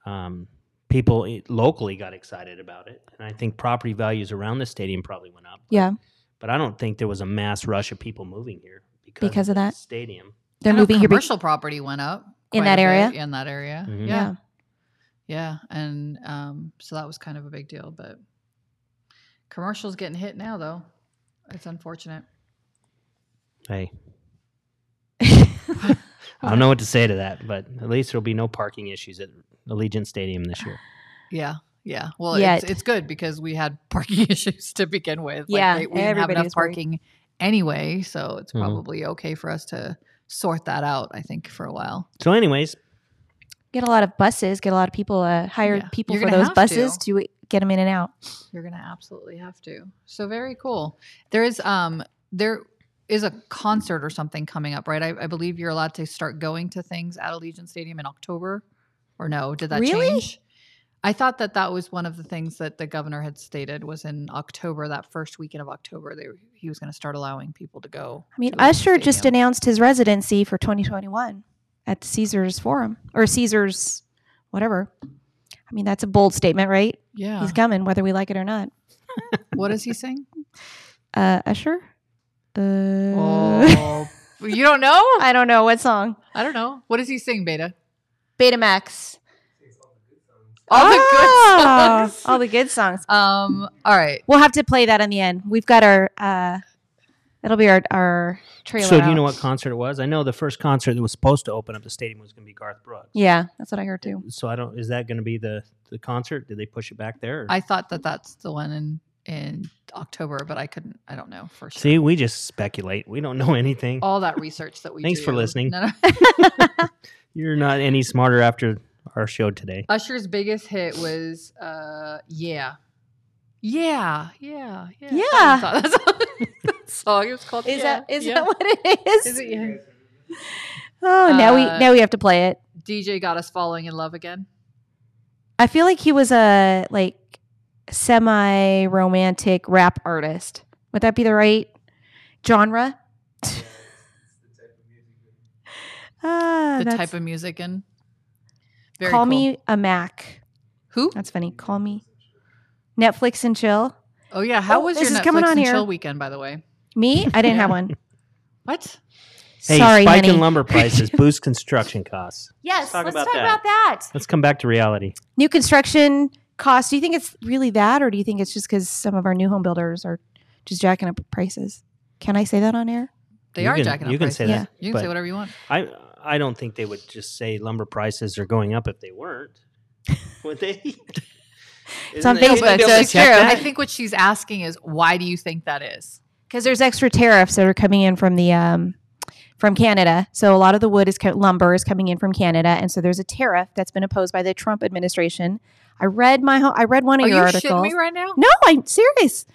B: um, people i- locally got excited about it, and I think property values around the stadium probably went up. but-
D: Yeah.
B: but I don't think there was a mass rush of people moving here because,
D: Because of
B: the
D: that?
B: stadium.
D: They're
C: I know
D: moving here. be-
C: Commercial property went up
D: In
C: quite
D: that
C: a
D: area?
C: bit In that area.
D: Mm-hmm.
B: Mhm.
C: Yeah. Yeah, and um, so that was kind of a big deal. But commercials getting hit now, though, it's unfortunate.
B: Hey, I don't know what to say to that, but at least there'll be no parking issues at Allegiant Stadium this year.
C: Yeah, yeah. Well,
D: Yet.
C: it's it's good because we had parking issues to begin with.
D: Yeah,
C: they- we didn't have
D: everybody
C: enough
D: was worried.
C: parking anyway, so it's
B: Mhm.
C: probably okay for us to sort that out. I think for a while.
B: So, anyways,
D: get a lot of buses. Get a lot of people. Uh, hire
C: Yeah.
D: people
C: You're
D: for
C: gonna
D: those
C: have
D: buses to. get them in and out.
C: You're gonna absolutely have to. So very cool. There is um there is a concert or something coming up, right? I, I believe you're allowed to start going to things at Allegiant Stadium in October, or no? Did that
D: Really?
C: change? I thought that that was one of the things that the governor had stated was in October, that first weekend of October, they, he was going to start allowing people to go.
D: I mean,
C: to Allegiant
D: Usher just
C: Stadium.
D: announced his residency for 2021 at Caesar's Forum or Caesar's whatever. I mean, that's a bold statement, right?
C: Yeah.
D: He's coming, whether we like it or not.
C: what does he sing?
D: Uh, Usher. Uh,
C: Oh, you don't know?
D: I don't know what song.
C: I don't know. What does he sing, Beta?
D: Betamax.
C: All the good
D: Ah,
C: songs.
D: All the good songs.
C: Um. All right.
D: We'll have to play that in the end. We've got our. Uh, it'll be our our trailer.
B: so do you know
D: out.
B: what concert it was? I know the first concert that was supposed to open up the stadium was going to be Garth Brooks.
D: Yeah, that's what I heard too.
B: So I don't. Is that going to be the the concert? Did they push it back there? or-
C: I thought that that's the one in in October, but I couldn't. I don't know for sure.
B: See, we just speculate. We don't know anything.
D: Oh.
C: all that research that we.
B: Thanks for
C: do.
B: listening.
C: No, no.
B: You're not any smarter after our show today.
C: Usher's biggest hit was uh, yeah, yeah, yeah, yeah.
D: Yeah.
C: That song. It was called.
D: Is that is
C: yeah.
D: that what it is?
C: Is it yeah.
D: Oh, now we
C: Uh,
D: now we have to play it.
C: DJ got us falling in love again.
D: I feel like he was a like semi romantic rap artist. Would that be the right genre? Ah,
C: The
D: Uh, that's-
C: type of music and. Very
D: call
C: cool.
D: me a Mac.
C: who?
D: That's funny. Call me Netflix and chill.
C: Oh yeah, how
D: Oh,
C: was
D: this
C: your
D: is coming
C: Netflix
D: on
C: and
D: here.
C: chill weekend? By the way,
D: Me? I didn't
C: Yeah.
D: have one.
C: what?
B: Hey,
D: Sorry,
B: spike
D: honey.
B: in lumber prices boosts construction costs.
D: yes,
B: talk
D: let's
B: about
D: talk
B: that.
D: about that.
B: Let's come back to reality.
D: New construction costs. Do you think it's really that, or do you think it's just because some of our new home builders are just jacking up prices? Can I say that on air?
C: They
B: You
C: are
B: can-
C: jacking up.
B: you can
C: prices.
B: say
D: that,
C: You can say
B: but-
C: whatever you want.
B: I I don't think they would just say lumber prices are going up if they weren't. Would they? Isn't
D: on
B: it- isn't
D: Facebook,
B: it
D: so
B: able to
D: it's
B: check
D: true.
B: that?
C: I think what she's asking is, why do you think that is?
D: because there's extra tariffs that are coming in from the um, from Canada. So a lot of the wood is co- lumber is coming in from Canada, and so there's a tariff that's been imposed by the Trump administration. I read my ho- I read one of
C: Are you
D: your
C: shitting
D: articles.
C: me right now?
D: No, I'm serious.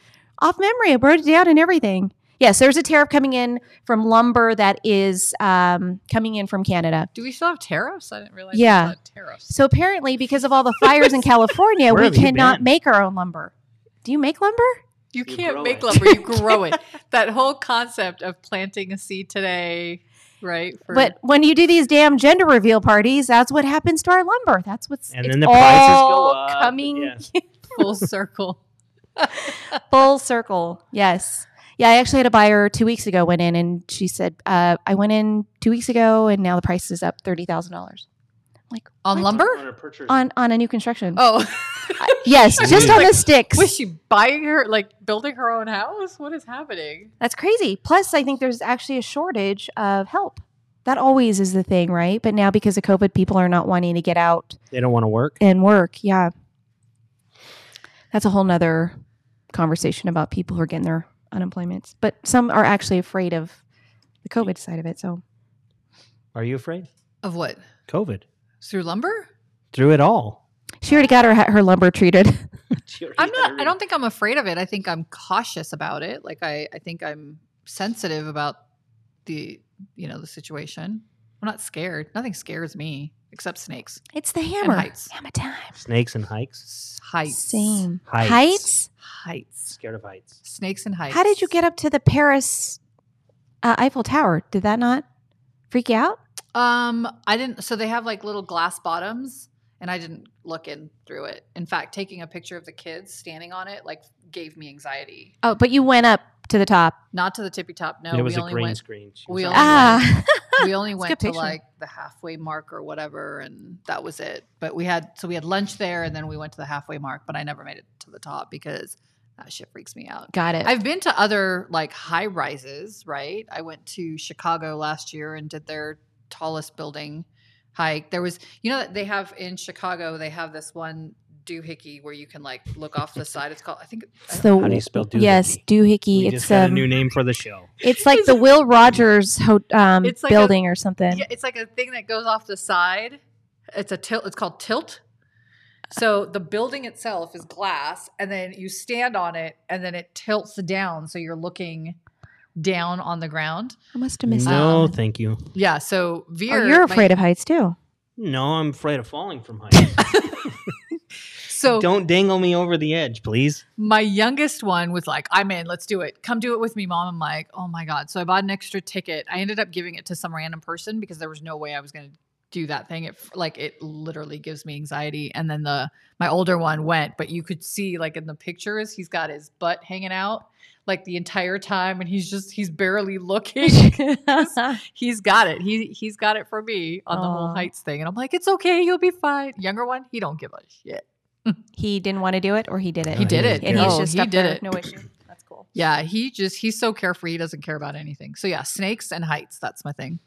D: Off memory, I wrote it down and everything. Yes, there's a tariff coming in from lumber that is um, coming in from Canada.
C: Do we still have tariffs? I didn't realize.
D: Yeah.
C: we still had tariffs.
D: So apparently, because of all the fires in California,
B: Where
D: we
B: have you
D: cannot
B: been?
D: make our own lumber. Do you make lumber?
C: You
B: You
C: can't
B: grow
C: make
B: it.
C: lumber; you grow it. That whole concept of planting a seed today, right? for-
D: But when you do these damn gender reveal parties, that's what happens to our lumber. That's what's
B: And
D: it's
B: then the prices go
D: all
B: up, and
D: coming
B: Uh, yeah.
C: full circle.
D: full circle. Yes. Yeah, I actually had a buyer two weeks ago went in and she said, uh, I went in two weeks ago and now the price is up thirty thousand dollars.
C: on lumber.
D: on on a new construction.
C: Oh,
D: yes, just on the sticks.
C: was she buying her like building her own house? What is happening?
D: That's crazy. Plus, I think there's actually a shortage of help. That always is the thing, right? But now because of COVID, people are not wanting to get out
B: They don't want to work.
D: and work. Yeah. That's a whole nother conversation about people who are getting their unemployments. But some are actually afraid of the COVID side of it. So
B: Are you afraid?
C: Of what?
B: COVID
C: Through lumber?
B: through it all.
D: she already got her her lumber treated.
C: I'm not. I don't think I'm afraid of it. I think I'm cautious about it. Like I, I think I'm sensitive about the, you know, the situation. I'm not scared. Nothing scares me except snakes,
D: It's the hammer.
C: heights.
D: Hammer time.
B: Snakes and hikes.
C: S- heights,
D: Same.
B: Heights.
D: Heights?
C: heights,
B: Scared of heights.
C: snakes and heights.
D: How did you get up to the Paris uh, Eiffel Tower? Did that not freak you out?
C: Um, I didn't. So they have like little glass bottoms, and I didn't look in through it. In fact, taking a picture of the kids standing on it like gave me anxiety.
D: Oh, but you went up to the top.
C: Not to the tippy top. No,
B: it was
C: we
B: a
C: only
B: green
C: went.
B: screen. She
C: we
B: was
C: only
B: on-
D: Ah.
C: we only
D: It's a
C: went
D: good
C: to
D: picture.
C: like the halfway mark or whatever, and that was it. But we had so we had lunch there, and then we went to the halfway mark. But I never made it to the top because that shit freaks me out.
D: Got it.
C: I've been to other like high rises, right? I went to Chicago last year and did their tallest building hike. There was, you know, they have in Chicago, they have this one doohickey where you can like look off the side. It's called, I think, I don't-
D: so
B: How do you spell doohickey?
D: yes,
B: We
D: doohickey.
B: just
D: It's
B: got
D: um,
B: a new name for the show.
D: it's like the Will Rogers ho- um,
C: It's like a-
D: building or something.
C: yeah, it's like a thing that goes off the side. It's a tilt, it's called tilt. So the building itself is glass, and then you stand on it, and then it tilts down. So you're looking down on the ground.
D: I must have missed
B: No, Oh,
D: that.
B: thank you.
C: Yeah. So Veer,
D: Oh, you're
C: my-
D: afraid of heights too.
B: No, I'm afraid of falling from heights.
C: So
B: Don't dangle me over the edge, please.
C: my youngest one was like, I'm in, let's do it. Come do it with me, mom. I'm like, oh my God. So I bought an extra ticket. I ended up giving it to some random person because there was no way I was going to do that thing. It like it literally gives me anxiety. And then the my older one went, but you could see like in the pictures, he's got his butt hanging out like the entire time and he's just he's barely looking. he's got it. He he's got it for me on the whole
D: Aw.
C: heights thing. And I'm like, it's okay, you'll be fine. Younger one, he don't give a shit.
D: he didn't want to do it, or he did it.
B: He did
D: And
B: it.
D: he's
C: Oh,
D: just
C: he
D: up
C: did
D: there,
C: it.
D: No issue. That's cool.
C: Yeah, he just he's so carefree, he doesn't care about anything. So yeah, snakes and heights, that's my thing.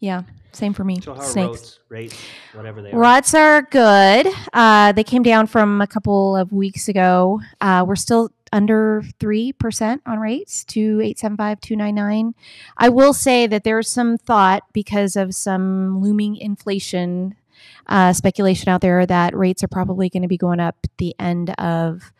D: Yeah, same for me.
B: So how are
D: Snakes.
B: roads, rates, whatever they are?
D: Ruts are good. Uh, they came down from a couple of weeks ago. Uh, we're still under 3% on rates to 875 299. I will say that there's some thought because of some looming inflation uh, speculation out there that rates are probably going to be going up at the end of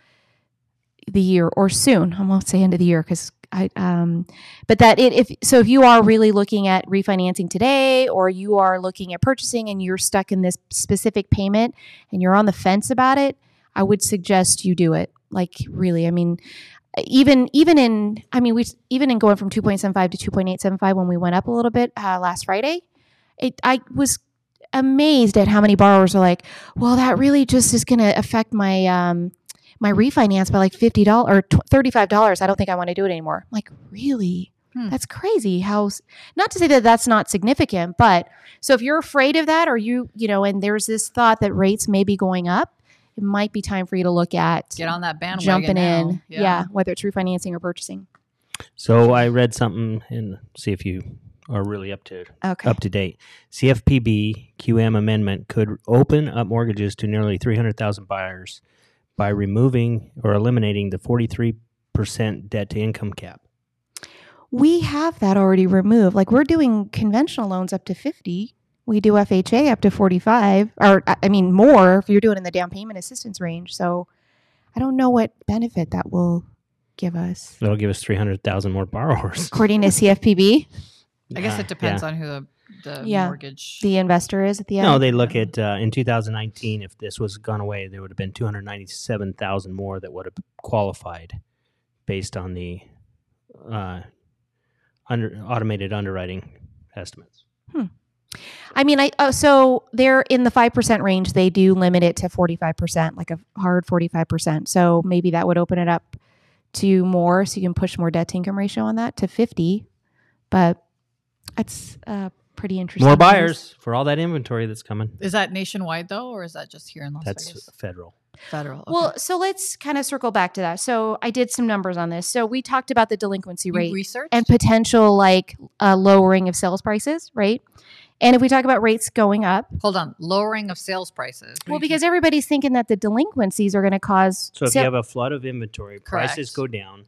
D: the year or soon. I won't say end of the year because I, um, but that it, if so, if you are really looking at refinancing today or you are looking at purchasing and you're stuck in this specific payment and you're on the fence about it, I would suggest you do it. Like really, I mean, even even in I mean we even in going from 2.75 to 2.875 when we went up a little bit uh, last Friday, it I was amazed at how many borrowers are like, well, that really just is going to affect my um, my refinance by like fifty dollars or tw- thirty five dollars. I don't think I want to do it anymore. I'm like really.
C: Hmm.
D: That's crazy. How, s- not to say that that's not significant, but so if you're afraid of that, or you, you know, and there's this thought that rates may be going up, it might be time for you to look at
C: Get on that bandwagon.
D: jumping
C: now.
D: in. Yeah. whether it's refinancing or purchasing.
B: So I read something and see if you are really up to
D: Okay.
B: up to date. CFPB QM amendment could open up mortgages to nearly 300,000 buyers by removing or eliminating the 43% debt to income cap.
D: We have that already removed. Like we're doing conventional loans up to 50. We do FHA up to 45 or I I mean more if you're doing in the down payment assistance range. So I don't know what benefit that will give us.
B: That'll give us 300,000 more borrowers.
D: According to CFPB,
C: I guess
B: Uh,
C: it depends on who the, the
D: Yeah.
C: mortgage
D: the investor is at the
B: yeah.
D: end.
B: No, they look at uh, in 2019 if this was gone away there would have been 297,000 more that would have qualified based on the uh, under automated underwriting estimates.
D: I mean, I oh, so they're in the five percent range. They do limit it to forty five percent, like a hard forty five percent. So maybe that would open it up to more, so you can push more debt to income ratio on that to fifty. But that's uh, pretty interesting.
B: More
D: news.
B: buyers for all that inventory that's coming.
C: Is that nationwide though, or is that just here in Las
B: That's
C: Vegas?
B: federal.
C: Federal. okay.
D: Well, so let's kind of circle back to that. So I did some numbers on this. So we talked about the delinquency
C: you
D: rate
C: research
D: and potential like uh, lowering of sales prices, right? And if we talk about rates going up,
C: Hold on, lowering of sales prices.
D: well, because everybody's thinking that the delinquencies are going to cause
B: So if
D: sa-
B: you have a flood of inventory, prices
C: Correct.
B: go down.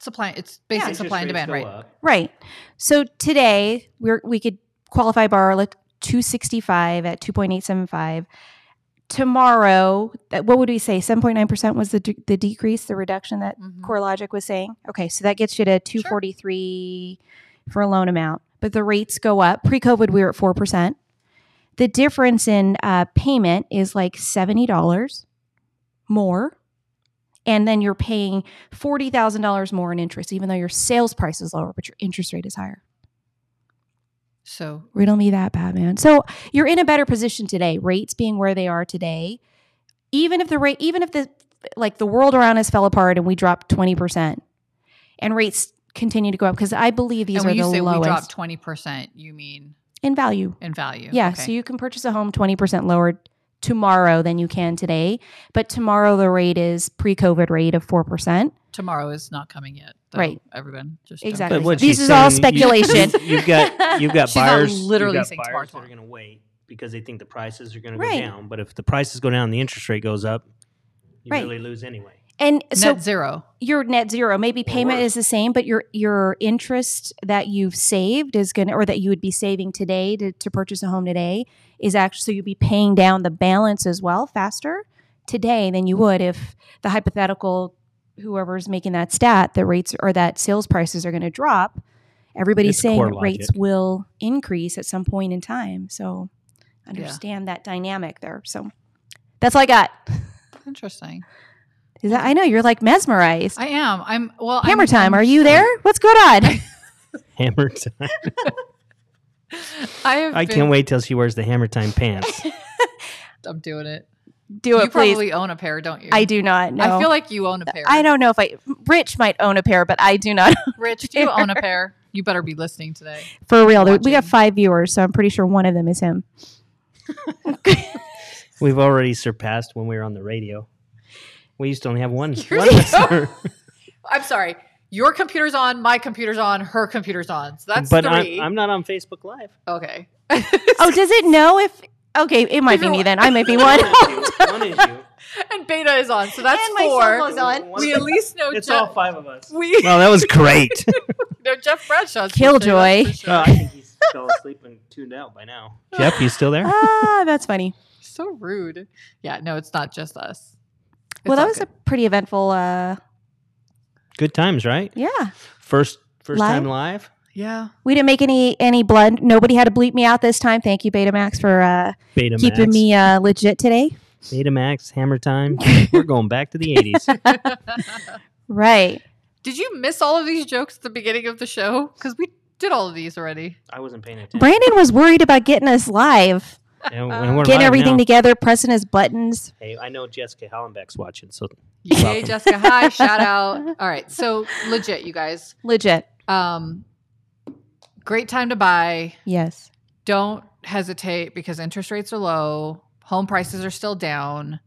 C: supply, it's basic
B: interest
C: supply and
B: rates
C: demand,
B: go
C: right?
B: up.
D: Right. So today we're we could qualify borrow like 265 at 2.875. Tomorrow, that- what would we say? 7.9% was the de- the decrease, the reduction that
C: Mhm.
D: CoreLogic was saying. Okay, so that gets you to 243 for a loan amount, but the rates go up. Pre-COVID, we were at 4%. The difference in uh, payment is like $70 more. And then you're paying $40,000 more in interest, even though your sales price is lower, but your interest rate is higher.
C: So
D: Riddle me that, Batman. So you're in a better position today, rates being where they are today. Even if the rate, even if the like the world around us fell apart and we dropped 20% and rates continue to go up, because I believe these
C: and when
D: are
C: you
D: the
C: say we dropped
D: lowest
C: twenty percent, you mean
D: in value.
C: in value?
D: Yeah.
C: Okay.
D: So you can purchase a home 20% lower tomorrow than you can today. But tomorrow the rate is pre COVID rate of 4%.
C: tomorrow is not coming yet, though,
D: Right.
C: Everyone just
D: Exactly.
B: But what
D: This
B: she's
D: is all
B: saying, you-
D: speculation.
B: You, have got you've got
C: She's not
B: buyers
C: literally
B: you've got
C: saying
B: buyers that
C: tomorrow.
B: are going to wait because they think the prices are going to
D: Right.
B: go down. But if the prices go down, and the interest rate goes up. You
D: Right.
B: really lose anyway.
D: And so
C: Net zero.
D: your net zero maybe
B: Or
D: payment
B: worse.
D: is the same but your your interest that you've saved is going to or that you would be saving today to, to purchase a home today is actually so you'll be paying down the balance as well faster today than you would if the hypothetical whoever's making that stat the rates or that sales prices are going to drop everybody's
B: It's
D: saying
B: core
D: that rates
B: logic.
D: will increase at some point in time so understand that dynamic there so that's all i got
C: Interesting.
D: is that i know you're like mesmerized
C: I am. I'm well.
D: Hammer
C: I'm, I'm-
D: time. Are you there? What's going on?
B: Hammer time.
C: I have
B: I
C: been-
B: can't wait till she wears the hammer time pants.
C: I'm doing it.
D: Do
C: you
D: it, please.
C: probably own a pair, don't you?
D: I do not. No.
C: I feel like you own a pair.
D: I don't know if I. Rich might own a pair, but I do not.
C: Rich, do you own a pair? You better be listening today.
D: For real, there, we
C: Watching.
D: got five viewers, so I'm pretty sure one of them is him.
B: We've already surpassed when we were on the radio. We used to only have one.
C: You're
B: one listener.
C: I'm sorry. Your computer's on, my computer's on, her computer's on. So that's
B: but I'm,
C: 3
B: I'm not on Facebook Live.
C: okay.
D: Oh, does it know if? Okay, it might be me then. I might be one.
B: one is you.
C: and beta is on. So that's
D: And my cell
C: four.
D: phone's on.
B: One-
C: We at least know
B: It's
C: Jeff.
B: all five of us.
C: Oh, we
B: Well, that was great.
C: know Jeff Bradshaw.
D: Killjoy.
B: Uh, I think he's fell asleep and tuned out by now. Jeff, you still there?
D: ah, that's funny.
C: So rude. Yeah, no, it's not just us. It's
D: well, that
C: all
D: was
C: good.
D: a pretty eventful. uh
B: Good times, right?
D: Yeah,
B: First, first
D: Live?
B: time live.
C: yeah.
D: we didn't make any any blood. Nobody had to bleep me out this time. Thank you, Betamax, for uh
B: Betamax.
D: keeping me uh legit today.
B: Betamax. Hammer time. We're going back to the eighties.
D: Right.
C: Did you miss all of these jokes at the beginning of the show? Because we did all of these already.
B: I wasn't paying attention.
D: Brandon was worried about getting us live,
B: And- and we're
D: getting
B: live
D: everything
B: now.
D: together, pressing his buttons.
B: Hey, I know Jessica Hollenbeck's watching, so
C: Yay,
B: Welcome.
C: Jessica. Hi, shout out. All right. So legit, you guys.
D: Legit.
C: Um, great time to buy.
D: Yes.
C: Don't hesitate because interest rates are low. Home prices are still down.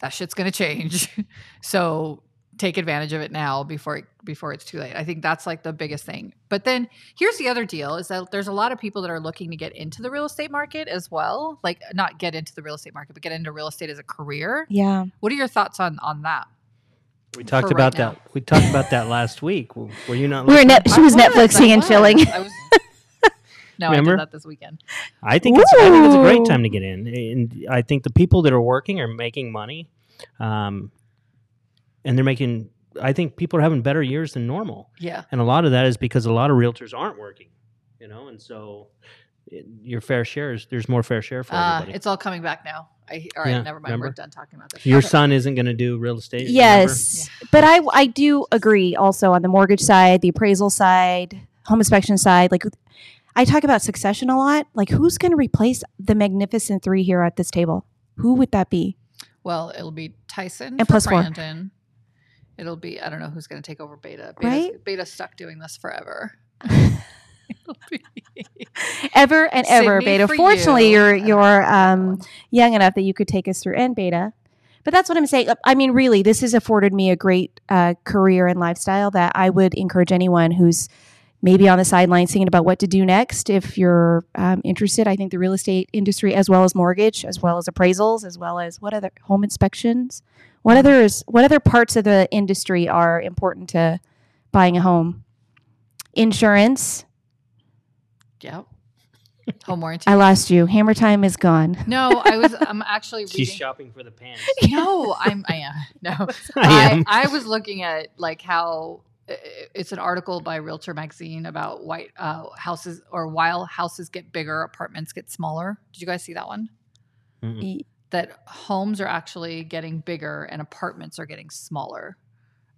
C: That shit's gonna change. so take advantage of it now before it, before it's too late. I think that's like the biggest thing. But then here's the other deal is that there's a lot of people that are looking to get into the real estate market as well. Like not get into the real estate market, but get into real estate as a career.
D: Yeah.
C: What are your thoughts on on that?
B: we talked
C: right
B: about
C: now.
B: that. We talked about that last week. W- Were you not?
D: We were
B: listening?
D: net- she was
C: I
D: Netflixing
C: I
D: and
C: was.
D: chilling.
C: I was- no, I
B: Remember?
C: did that this weekend.
B: I think it's, I think it's a
D: Ooh.
B: great time to get in, and I think the people that are working are making money, um, and they're making. I think people are having better years than normal.
C: Yeah.
B: and a lot of that is because a lot of realtors aren't working you know and so it, your fair share is there's more fair share for
C: Uh,
B: everybody
C: it's all coming back now. I, all right,
B: Yeah,
C: never mind. We're
B: remember?
C: done talking about this.
B: your
C: Okay.
B: son isn't going to do real estate remember?
D: Yes. But I I do agree also on the mortgage side, the appraisal side, home inspection side. Like I talk about succession a lot. Like who's going to replace the magnificent 3 here at this table? Who would that be?
C: Well, it'll be Tyson
D: And
C: for
D: plus four.
C: Brandon. It'll be I don't know who's going to take over Beta. Beta's,
D: Right?
C: Beta's stuck doing this forever.
D: ever and ever
C: Sydney,
D: beta.
C: for you.
D: Fortunately, you. are
C: I don't
D: you're
C: like that
D: um,
C: one.
D: young enough that you could take us through end beta. But that's what I'm saying. I mean, really, this has afforded me a great uh, career and lifestyle that I would encourage anyone who's maybe on the sidelines thinking about what to do next. If you're um, interested, I think the real estate industry, as well as mortgage, as well as appraisals, as well as what other home inspections, what others, what other parts of the industry are important to buying a home? Insurance.
C: Yep. Home warranty.
D: I lost you. Hammer time is gone.
C: no, I was. I'm actually reading.
B: She's shopping for the pants.
C: No, I'm. I am. No,
B: I am.
C: I, was looking at like how uh, it's an article by Realtor Magazine about white uh, houses or while houses get bigger, apartments get smaller. Did you guys see that one?
B: Mm-mm.
D: Y-
C: That homes are actually getting bigger and apartments are getting smaller,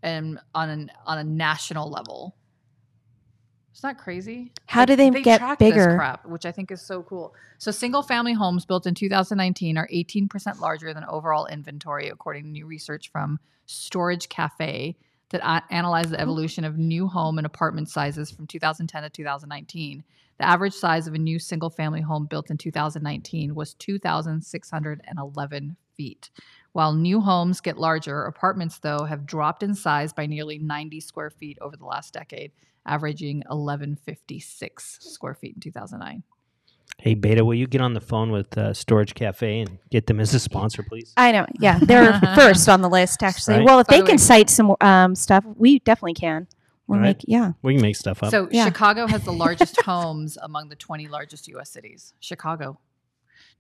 C: and on an on a national level. Isn't that crazy?
D: How do they get
C: track
D: bigger?
C: This crap, which I think is so cool. So, single family homes built in 2019 are 18% larger than overall inventory, according to new research from Storage Cafe that a- analyzed
D: Oh.
C: the evolution of new home and apartment sizes from 2010 to 2019. The average size of a new single family home built in 2019 was 2,611 feet. While new homes get larger, apartments, though, have dropped in size by nearly 90 square feet over the last decade, averaging 1156 square feet in 2009.
B: Hey, Beta, will you get on the phone with uh, Storage Cafe and get them as a sponsor, please?
D: I know. Yeah, they're first on the list. Actually,
B: Right.
D: well, if
C: By
D: they
C: the
D: can
C: way-
D: cite some um, stuff, we definitely can. We're
B: Right.
D: make yeah.
B: We can make stuff up.
C: So
D: Yeah.
C: Chicago has the largest homes among the 20 largest U.S. cities. Chicago.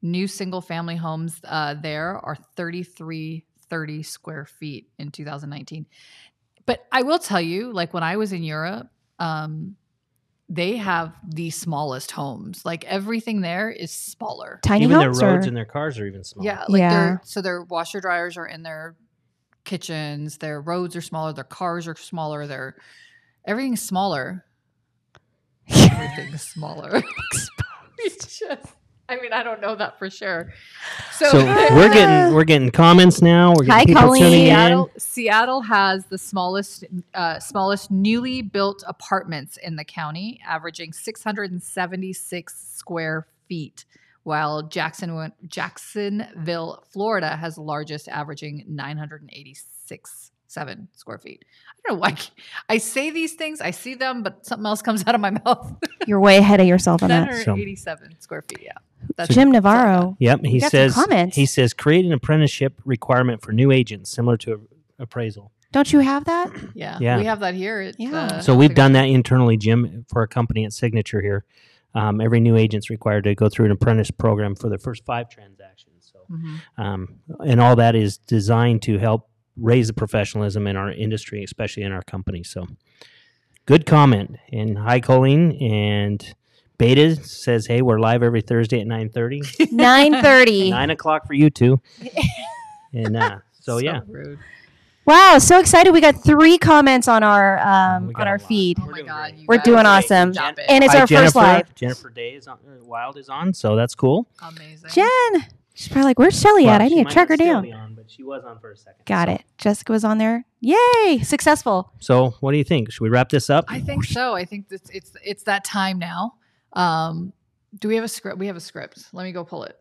C: New single family homes uh, there are 3330 square feet in 2019. But I will tell you, like when I was in Europe, um, they have the smallest homes. Like everything there is smaller.
D: Tiny
B: even their
D: homes
B: roads
D: or
B: and their cars are even smaller.
C: Yeah, like
D: Yeah.
C: their so their washer dryers are in their kitchens, their roads are smaller, their cars are smaller, their everything's smaller. Everything's smaller. It's just I mean, I don't know that for sure. So,
B: So we're getting we're getting comments now. We're getting
D: uh, Hi,
B: people
D: Colleen.
B: tuning in.
C: Seattle, Seattle has the smallest uh, smallest newly built apartments in the county, averaging 676 square feet, while Jackson Jacksonville, Florida, has the largest, averaging 986 seven square feet. I don't know why I say these things. I see them, but something else comes out of my mouth.
D: you're way ahead of yourself on that.
C: 987 square feet. Yeah, that's
D: Jim Navarro.
B: Yep, he
D: got some
B: says
D: comments.
B: he says create an apprenticeship requirement for new agents similar to a, appraisal.
D: Don't you have that?
C: Yeah,
B: Yeah.
C: we have that here. At,
D: Yeah.
C: uh,
B: So we've
C: Signature.
B: done that internally, Jim, for a company at Signature here. Um, every new agent's required to go through an apprentice program for their first five transactions. So,
C: Mhm.
B: um, and all that is designed to help raise the professionalism in our industry, especially in our company. So, good comment. And hi, Colleen and Beta says, "Hey, we're live every Thursday at 9.30.
D: Nine thirty.
B: Nine o'clock for you two. And uh, so, yeah,
C: rude.
D: Wow, so excited! We got three comments on our
B: We
D: um,
B: got
D: on
B: a
D: our
B: lot.
D: feed,
C: Oh my god, you
D: We're
C: guys
D: doing
C: are
D: awesome.
C: Stop it.
D: and it's
B: Hi,
D: our
B: Jennifer.
D: first live.
B: Jennifer Day is on. uh, Wild is on, so that's cool.
C: Amazing.
D: Jen, she's probably like, "Where's Shelly
B: Well,
D: at? I
B: she
D: need
B: might
D: to track her
B: not still
D: down."
B: be on, but she was on for a second.
D: Got
B: so.
D: it. Jessica was on there. Yay! Successful.
B: So, what do you think? Should we wrap this up?
C: I think so. I think it's it's it's that time now. Um, do we have a script? We have a script. Let me go pull it.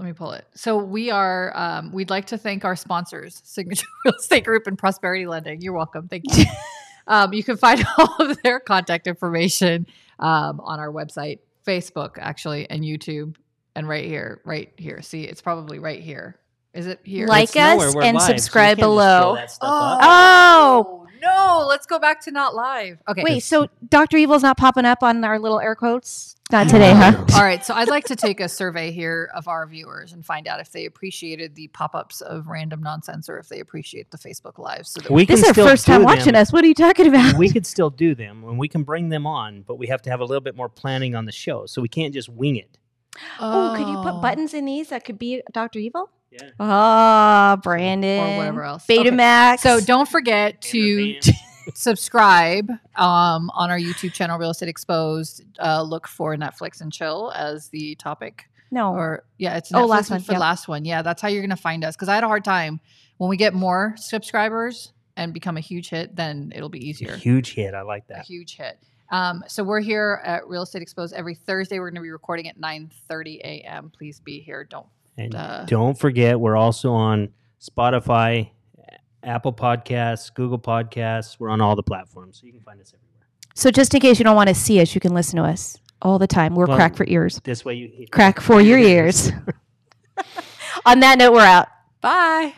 C: Let me pull it. So we are. Um, we'd like to thank our sponsors, Signature Real Estate Group and Prosperity Lending. You're welcome. Thank you. um, you can find all of their contact information um, on our website, Facebook, actually, and YouTube, and right here, right here. See, it's probably right here. Is it here?
D: Like
B: It's nowhere
D: us
B: we're
D: and
B: live, so you can't
D: subscribe
B: just throw
D: below.
B: that stuff up.
D: Oh.
C: no! Let's go back to not live. Okay.
D: Wait, so Doctor Evil's not popping up on our little air quotes? Not today, huh?
C: All right, so I'd like to take a survey here of our viewers and find out if they appreciated the pop-ups of random nonsense or if they appreciate the Facebook lives. So that
B: We
D: Oh,
B: can
D: This is our
B: still
D: first
B: do
D: time
B: them.
D: watching us. What are you talking about?
B: We could still do them, and we can bring them on, but we have to have a little bit more planning on the show, so we can't just wing it.
D: Oh, could you put buttons in these that could be Doctor Evil?
B: Yeah.
D: Oh, Brandon.
C: whatever else.
D: Betamax.
C: So don't forget to
B: Banner
C: subscribe um, on our YouTube channel, Real Estate Exposed. Uh, look for Netflix and Chill as the topic,
D: no.
C: or yeah, it's
D: Oh,
C: Netflix
D: last
C: and
D: one,
C: for
D: yeah.
C: last one. Yeah, that's how you're gonna find us because I had a hard time when we get more subscribers and become a huge hit, then it'll be easier.
B: Huge hit. I like
C: a
B: that.
C: huge hit. Um, so we're here at Real Estate Exposed every Thursday. We're going to be recording at 9:30 a.m. Please be here. Don't
B: And
C: uh,
B: don't forget, we're also on Spotify, Apple Podcasts, Google Podcasts. We're on all the platforms, so you can find us everywhere.
D: So just in case you don't want to see us, you can listen to us all the time. We're
B: Well-
D: crack for ears.
B: This way, you
D: Crack for your ears. On that note, we're out.
C: bye.